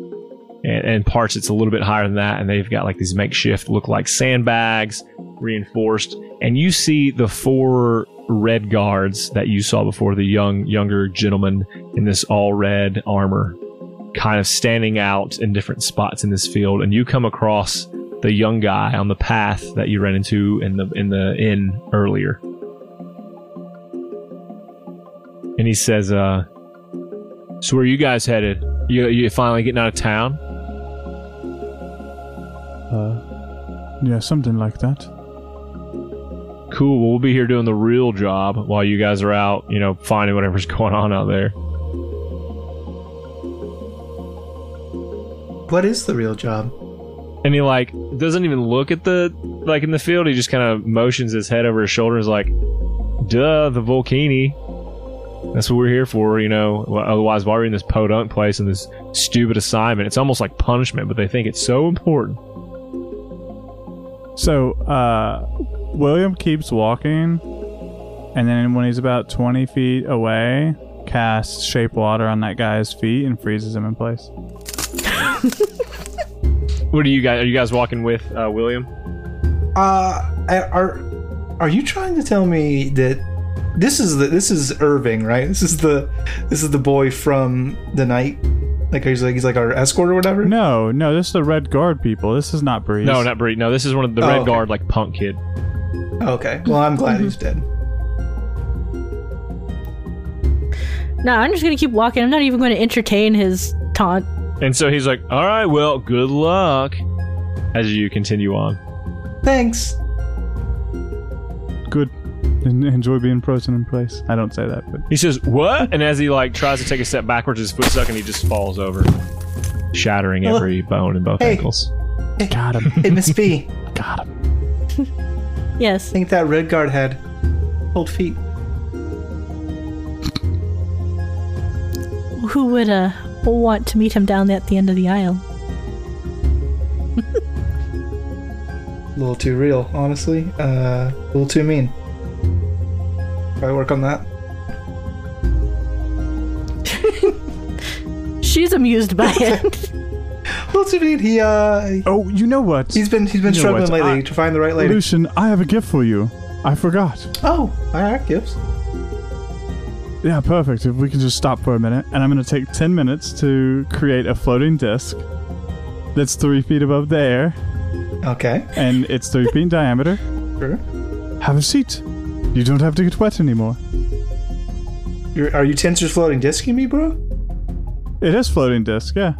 Speaker 1: and, and parts it's a little bit higher than that. And they've got like these makeshift look like sandbags reinforced, and you see the four red guards that you saw before, the young younger gentleman in this all red armor, kind of standing out in different spots in this field, and you come across the young guy on the path that you ran into in the in the inn earlier. And he says, uh, so where are you guys headed? You, you finally getting out of town?
Speaker 3: yeah, something like that.
Speaker 1: Cool. Well, we'll be here doing the real job while you guys are out, you know, finding whatever's going on out there.
Speaker 2: What is the real job?
Speaker 1: and he like doesn't even look at the like in the field. He just kind of motions his head over his shoulder. And is like, "Duh, the Volcini. That's what we're here for, you know. Well, Otherwise, why are we in this podunk place and this stupid assignment? It's almost like punishment, but they think it's so important.
Speaker 3: So, uh, William keeps walking, and then when he's about 20 feet away, casts Shape Water on that guy's feet and freezes him in place.
Speaker 1: What are you guys? Are you guys walking with uh, William?
Speaker 2: Uh, I- are are you trying to tell me that this is the this is Irving, right? This is the this is the boy from the night. Like he's like he's like our escort or whatever.
Speaker 3: No, no, this is the Red Guard people. This is not Breeze.
Speaker 1: No, not Bree. No, this is one of the
Speaker 2: Oh,
Speaker 1: Red
Speaker 2: okay.
Speaker 1: Guard like punk kid.
Speaker 2: Okay. Well, I'm glad he's dead.
Speaker 4: No, I'm just gonna keep walking. I'm not even going to entertain his taunt.
Speaker 1: And so he's like, "All right, well, good luck." As you continue on,
Speaker 2: Thanks.
Speaker 3: Good. En- Enjoy being frozen in place. I don't say that, but
Speaker 1: he says, "What?" And as he like tries to take a step backwards, his foot stuck, and he just falls over, shattering
Speaker 2: Oh.
Speaker 1: every bone in both
Speaker 2: Hey.
Speaker 1: ankles.
Speaker 3: got him.
Speaker 2: Hey, Miss B, I
Speaker 3: got him.
Speaker 4: Yes.
Speaker 2: think that red guard had cold feet.
Speaker 4: Who would uh want to meet him down at the end of the aisle?
Speaker 2: A little too real, honestly. Uh, a little too mean. Probably work on that.
Speaker 4: She's amused by it.
Speaker 2: A little too mean. He uh,
Speaker 3: Oh, you know what?
Speaker 2: he's been he's been
Speaker 3: You know
Speaker 2: struggling
Speaker 3: what?
Speaker 2: lately
Speaker 3: I-
Speaker 2: to find the right lady.
Speaker 3: Lucian, I have a gift for you. I forgot.
Speaker 2: Oh, all right, gifts.
Speaker 3: Yeah, perfect. If we can just stop for a minute, and I'm going to take 10 minutes to create a floating disc that's three feet above the air,
Speaker 2: Okay,
Speaker 3: and it's three feet in diameter.
Speaker 2: sure.
Speaker 3: Have a seat. You don't have to get wet anymore.
Speaker 2: You're, are you tensors floating disking me, bro?
Speaker 3: It is floating disc, yeah.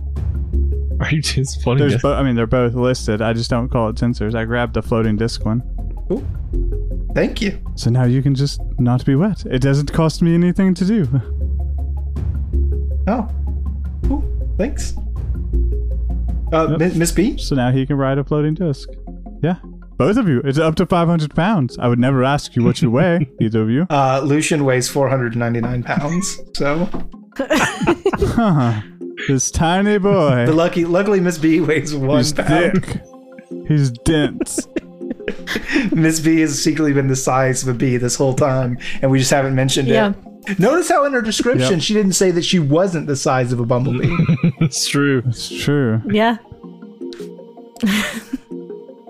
Speaker 1: Are you just funny?
Speaker 3: There's bo- I mean, they're both listed. I just don't call it tensors. I grabbed the floating disc one.
Speaker 2: Thank you.
Speaker 3: So now you can just not be wet. It doesn't cost me anything to do.
Speaker 2: Oh, cool. Thanks. Uh, Mi- Miss B,
Speaker 3: So now he can ride a floating disc. Yeah. Both of you. It's up to 500 pounds. I would never ask you what you weigh, either of you.
Speaker 2: uh, Lucian weighs 499 pounds, so
Speaker 3: This tiny boy.
Speaker 2: the lucky, luckily Miss B weighs one
Speaker 3: He's
Speaker 2: pound.
Speaker 3: thick. He's dense.
Speaker 2: Miss B has secretly been the size of a bee this whole time, and we just haven't mentioned
Speaker 4: Yeah.
Speaker 2: it. Notice how in her description
Speaker 3: Yep.
Speaker 2: she didn't say that she wasn't the size of a bumblebee.
Speaker 1: It's true.
Speaker 3: It's true.
Speaker 4: yeah.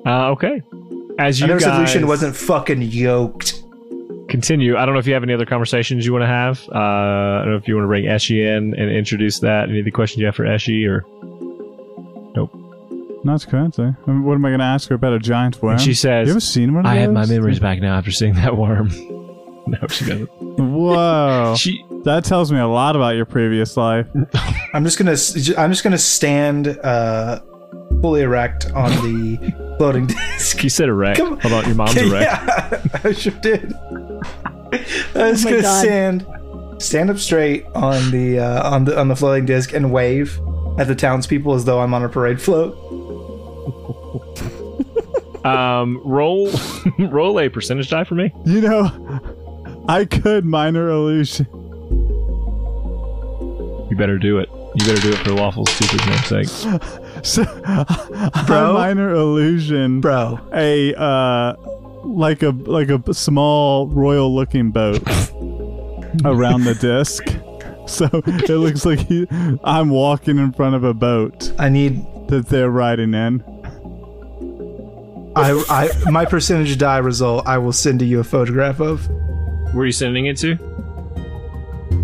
Speaker 1: Uh, okay. As you
Speaker 2: I noticed that
Speaker 1: guys
Speaker 2: Lucian wasn't fucking yoked.
Speaker 1: continue, I don't know if you have any other conversations you want to have. Uh, I don't know if you want to bring Eshi in and introduce that. Any of the questions you have for Eshi, or
Speaker 3: Not currently. I mean, what am I going to ask her about a giant worm?
Speaker 1: she says,
Speaker 3: "You ever seen one of those?"
Speaker 1: back now after seeing that worm. no, she doesn't.
Speaker 3: Whoa,
Speaker 1: She
Speaker 3: that tells me a lot about your previous life.
Speaker 2: I'm just gonna s- I'm just gonna stand uh, fully erect on the floating disc.
Speaker 1: you said erect.
Speaker 2: Come-
Speaker 1: Hold on, your mom's
Speaker 2: Okay,
Speaker 1: erect.
Speaker 2: Yeah, I sure did. I was
Speaker 4: my
Speaker 2: gonna
Speaker 4: God.
Speaker 2: stand, stand up straight on the uh, on the on the floating disc and wave at the townspeople as though I'm on a parade float.
Speaker 1: Um, roll, roll a percentage die for me.
Speaker 3: You know, I could minor illusion.
Speaker 1: You better do it. You better do it for Waffle's stupid name's sake.
Speaker 3: So, I minor illusion,
Speaker 2: Bro,
Speaker 3: a uh, like a like a small royal looking boat around the disc. So it looks like he, I'm walking in front of a boat
Speaker 2: I need
Speaker 3: that they're riding in.
Speaker 2: I I my percentage die result I will send to you a photograph of
Speaker 1: Where are you sending it to?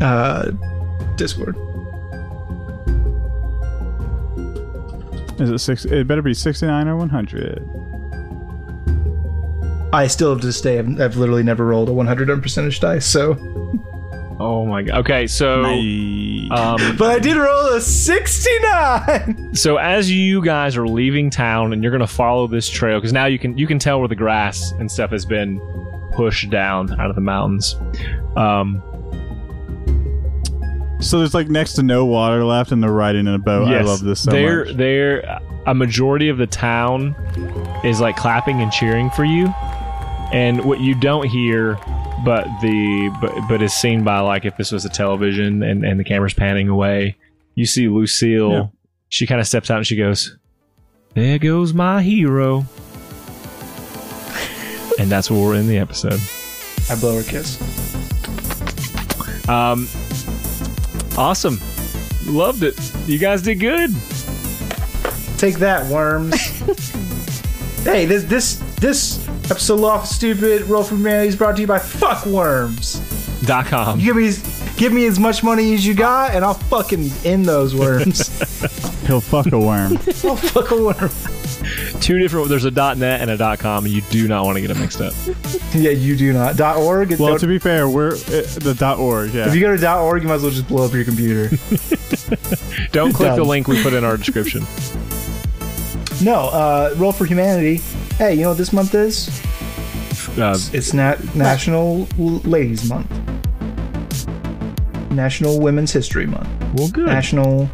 Speaker 2: uh Discord.
Speaker 3: Is it six? It better be 69 or 100.
Speaker 2: I still have to this day I've, I've literally never rolled a 100 on percentage die, so
Speaker 1: Oh my god. Okay, so um,
Speaker 2: but I did roll a 69.
Speaker 1: so as you guys are leaving town and you're gonna follow this trail because now you can you can tell where the grass and stuff has been pushed down out of the mountains. Um,
Speaker 3: So there's like next to no water left, and they're riding in a boat. I
Speaker 1: yes,
Speaker 3: love this so
Speaker 1: There,
Speaker 3: much.
Speaker 1: there, a majority of the town is like clapping and cheering for you, and what you don't hear. But the but, but is seen by like if this was a television and, and the camera's panning away, you see Lucille.
Speaker 3: Yeah.
Speaker 1: She kind of steps out and she goes, "There goes my hero," and that's where we're in the episode.
Speaker 2: I blow her kiss.
Speaker 1: Um, awesome, loved it. You guys did good.
Speaker 2: Take that, worms. hey, this this this episode of Stupid Roll for Humanity is brought to you by Fuck Worms.
Speaker 1: Dot com.
Speaker 2: You give me as- give me as much money as you got, and I'll fucking end those worms.
Speaker 3: He'll fuck a worm.
Speaker 2: I'll fuck a worm.
Speaker 1: two different there's a net and a com and you do not want to get them mixed up
Speaker 2: Yeah, you do not. Dot org.
Speaker 3: well,
Speaker 2: don't-
Speaker 3: to be fair, we're uh, the dot .org. Yeah.
Speaker 2: if you go to dot org, you might as well just blow up your computer.
Speaker 1: don't click the
Speaker 2: Done.
Speaker 1: link we put in our description
Speaker 2: no, uh, Roll for Humanity. Hey, you know what this month is?
Speaker 1: uh,
Speaker 2: It's Nat- National Ladies Month. National Women's History Month.
Speaker 1: well good
Speaker 2: National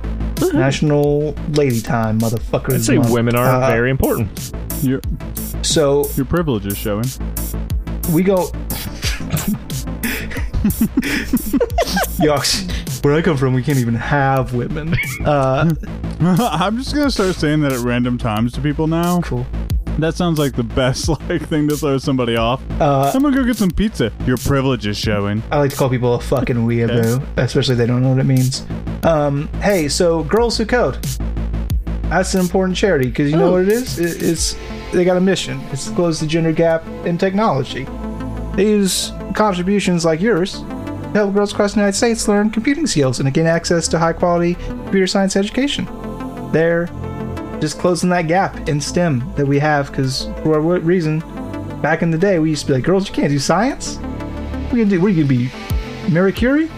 Speaker 2: National Lady Time, motherfuckers.
Speaker 1: i'd say
Speaker 2: Month.
Speaker 1: women are
Speaker 2: Uh,
Speaker 1: very important
Speaker 3: your,
Speaker 2: So
Speaker 3: your privilege is showing.
Speaker 2: we go. Yucks. Where I come from, we can't even have women. Uh,
Speaker 3: I'm just gonna start saying that at random times to people now.
Speaker 2: cool.
Speaker 3: That sounds like the best like thing to throw somebody off.
Speaker 2: Uh,
Speaker 3: I'm gonna go get some pizza. Your privilege is showing.
Speaker 2: I like to call people a fucking weeaboo, especially if they don't know what it means. Um, hey, so Girls Who Code. That's an important charity because you know what it is? It, it's they got a mission. It's to close the gender gap in technology. They use contributions like yours to help girls across the United States learn computing skills and gain access to high quality computer science education. They're just closing that gap in STEM that we have because for what reason? Back in the day, we used to be like, girls, you can't do science. What are you gonna do? What are you gonna be? Mary Curie?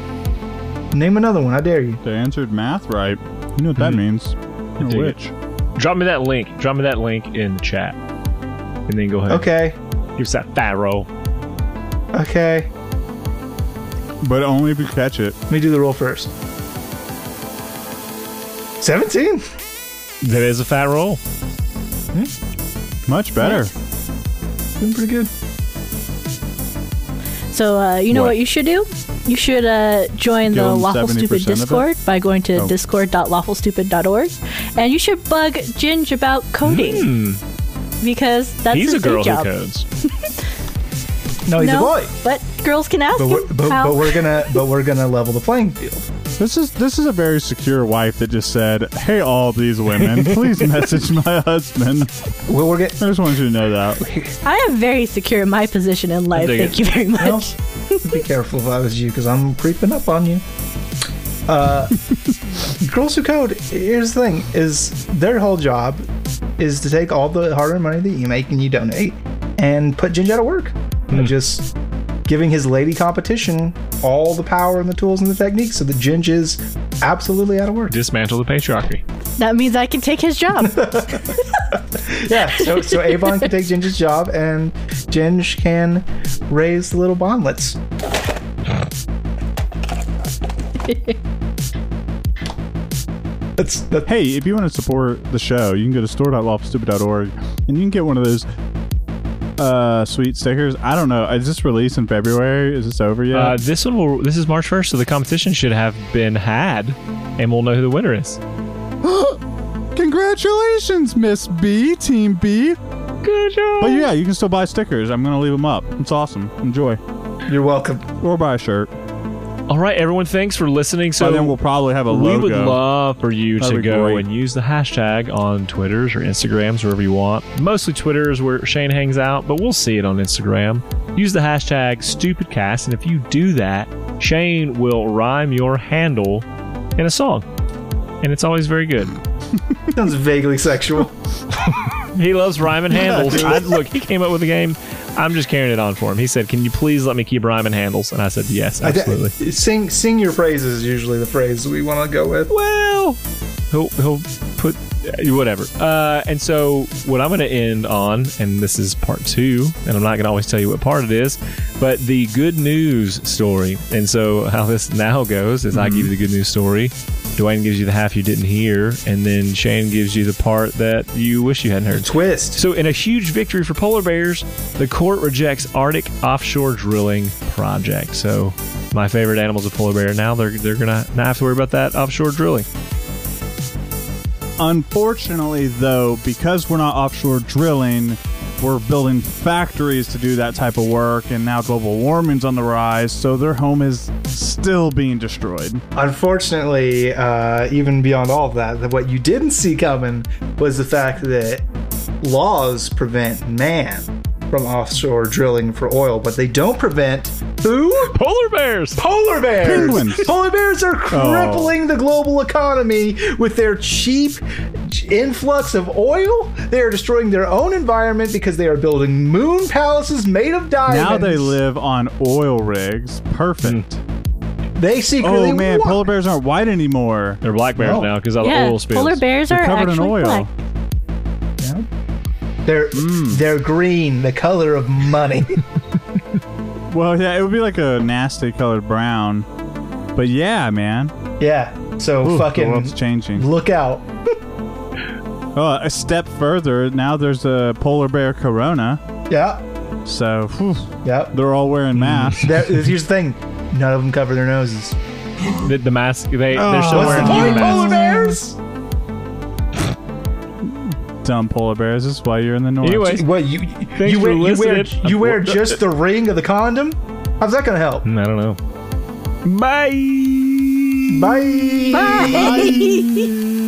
Speaker 2: Name another one, I dare you.
Speaker 3: They answered math right. You know what that means.
Speaker 1: dig it.
Speaker 3: Which?
Speaker 1: drop me that link drop me that link in the chat and then go ahead
Speaker 2: Okay,
Speaker 1: give us that fat roll
Speaker 2: okay.
Speaker 3: But only if you catch it.
Speaker 2: Let me do the roll first. 17?
Speaker 1: that is a fat roll
Speaker 3: Much better.
Speaker 2: Doing pretty good.
Speaker 4: So uh, you know
Speaker 1: What?
Speaker 4: what? you should do? You should uh, join
Speaker 3: Give
Speaker 4: the
Speaker 3: 'em
Speaker 4: Lawful Stupid
Speaker 3: 70% of it?
Speaker 4: Discord by going to
Speaker 3: Oh.
Speaker 4: discord.lawfulstupid.org, and you should bug Ginge about coding because that's
Speaker 1: he's a
Speaker 4: his
Speaker 1: girl
Speaker 4: day
Speaker 1: who
Speaker 4: job.
Speaker 1: codes
Speaker 2: No, he's
Speaker 4: no,
Speaker 2: Oh, a boy.
Speaker 4: but girls can ask
Speaker 2: But we're,
Speaker 4: him
Speaker 2: but,
Speaker 4: how.
Speaker 2: but we're gonna but we're gonna level the playing field.
Speaker 3: This is this is a very secure wife that just said, "Hey, all these women, please message my husband."
Speaker 2: Well, we're
Speaker 3: I
Speaker 2: getting.
Speaker 3: just wanted you to know that.
Speaker 4: I am very secure in my position in life.
Speaker 1: dig it.
Speaker 4: Thank you very much.
Speaker 2: Well, be careful if I was you, because I'm creeping up on you. Uh, Girls Who Code. Here's the thing: is their whole job is to take all the hard-earned money that you make and you donate, and put Ginger to work, By just giving his lady competition all the power and the tools and the techniques, so that Ginge is absolutely out of work.
Speaker 1: Dismantle the patriarchy.
Speaker 4: That means I can take his job.
Speaker 2: Yeah. So, so Avon can take Ginger's job, and Ginge can raise the little bonlets. That's that,
Speaker 3: Hey, if you want to support the show, you can go to store.lawfulstupid.org and you can get one of those uh sweet stickers. I don't know. Is this released in February? Is this over yet?
Speaker 1: Uh, this one will. This is March first, so the competition should have been had, and we'll know who the winner is.
Speaker 3: Congratulations, Miss B, Team B. Good job. But yeah, you can still buy stickers. I'm gonna leave them up. It's awesome. Enjoy.
Speaker 2: you're welcome.
Speaker 3: Or buy a shirt.
Speaker 1: All right, everyone. Thanks for listening. So
Speaker 3: So then we'll probably have a
Speaker 1: we
Speaker 3: logo.
Speaker 1: would love for you
Speaker 3: That'd
Speaker 1: to
Speaker 3: be
Speaker 1: go
Speaker 3: great.
Speaker 1: and use the hashtag on Twitters or Instagrams, wherever you want. Mostly Twitters where Shane hangs out, but we'll see it on Instagram. Use the hashtag StupidCast, and if you do that, Shane will rhyme your handle in a song. And it's always very good.
Speaker 2: Sounds vaguely sexual.
Speaker 1: He loves rhyming handles. I, look, he came up with the game. I'm just carrying it on for him. He said, "Can you please let me keep rhyming handles?" And I said, "Yes,
Speaker 2: I d-
Speaker 1: absolutely."
Speaker 2: sing sing your praises is usually the phrase we want to go with.
Speaker 1: well, he'll he'll put uh, whatever. Uh, and so, what I'm going to end on, and this is part two, and I'm not going to always tell you what part it is, but the good news story. And so, how this now goes is I give you the good news story. Dwayne gives you the half you didn't hear, and then Shane gives you the part that you wish you hadn't heard.
Speaker 2: Twist.
Speaker 1: So, in a huge victory for polar bears, the court rejects Arctic offshore drilling project. So, my favorite animal's a polar bear. Now they're they're gonna not have to worry about that offshore drilling.
Speaker 3: Unfortunately, though, because we're not offshore drilling, we're building factories to do that type of work, and now global warming's on the rise, so their home is still being destroyed.
Speaker 2: Unfortunately, uh, even beyond all of that, that what you didn't see coming was the fact that laws prevent man from offshore drilling for oil, but they don't prevent who?
Speaker 1: Polar bears.
Speaker 2: Polar bears.
Speaker 3: Penguins. Oh.
Speaker 2: Polar bears are crippling the global economy with their cheap influx of oil. They are destroying their own environment because they are building moon palaces made of diamonds.
Speaker 3: Now they live on oil rigs. Perfect.
Speaker 1: Hmm.
Speaker 2: They secretly.
Speaker 3: Oh man,
Speaker 2: wa-
Speaker 3: polar bears aren't white anymore.
Speaker 1: They're black bears
Speaker 2: No.
Speaker 1: now because all the
Speaker 4: yeah,
Speaker 1: oil spills.
Speaker 4: polar bears
Speaker 3: They're
Speaker 4: are
Speaker 3: covered in
Speaker 4: actually
Speaker 3: oil.
Speaker 4: black.
Speaker 2: They're
Speaker 3: Hmm.
Speaker 2: they're green, the color of money.
Speaker 3: Well, yeah, it would be like a nasty colored brown. But yeah, man.
Speaker 2: yeah. So
Speaker 3: Ooh, the
Speaker 2: fucking
Speaker 3: world's changing.
Speaker 2: look out.
Speaker 3: Oh, a step further, now there's a polar bear corona.
Speaker 2: Yeah.
Speaker 3: So whew,
Speaker 2: Yeah.
Speaker 3: they're all wearing masks.
Speaker 2: There, here's the thing. None of them cover their noses.
Speaker 1: The, the mask. They they're still
Speaker 3: Oh.
Speaker 2: What's
Speaker 1: wearing
Speaker 2: the
Speaker 1: human
Speaker 2: point,
Speaker 1: masks.
Speaker 2: polar bears?
Speaker 3: Dumb polar bears. This is why you're in the north.
Speaker 1: Anyway.
Speaker 2: What you
Speaker 1: Thanks
Speaker 2: you
Speaker 1: for
Speaker 2: wear, you wear,
Speaker 1: listening.
Speaker 2: you wear just the ring of the condom? How's that gonna help?
Speaker 1: Mm, I don't know. Bye.
Speaker 2: Bye.
Speaker 4: Bye.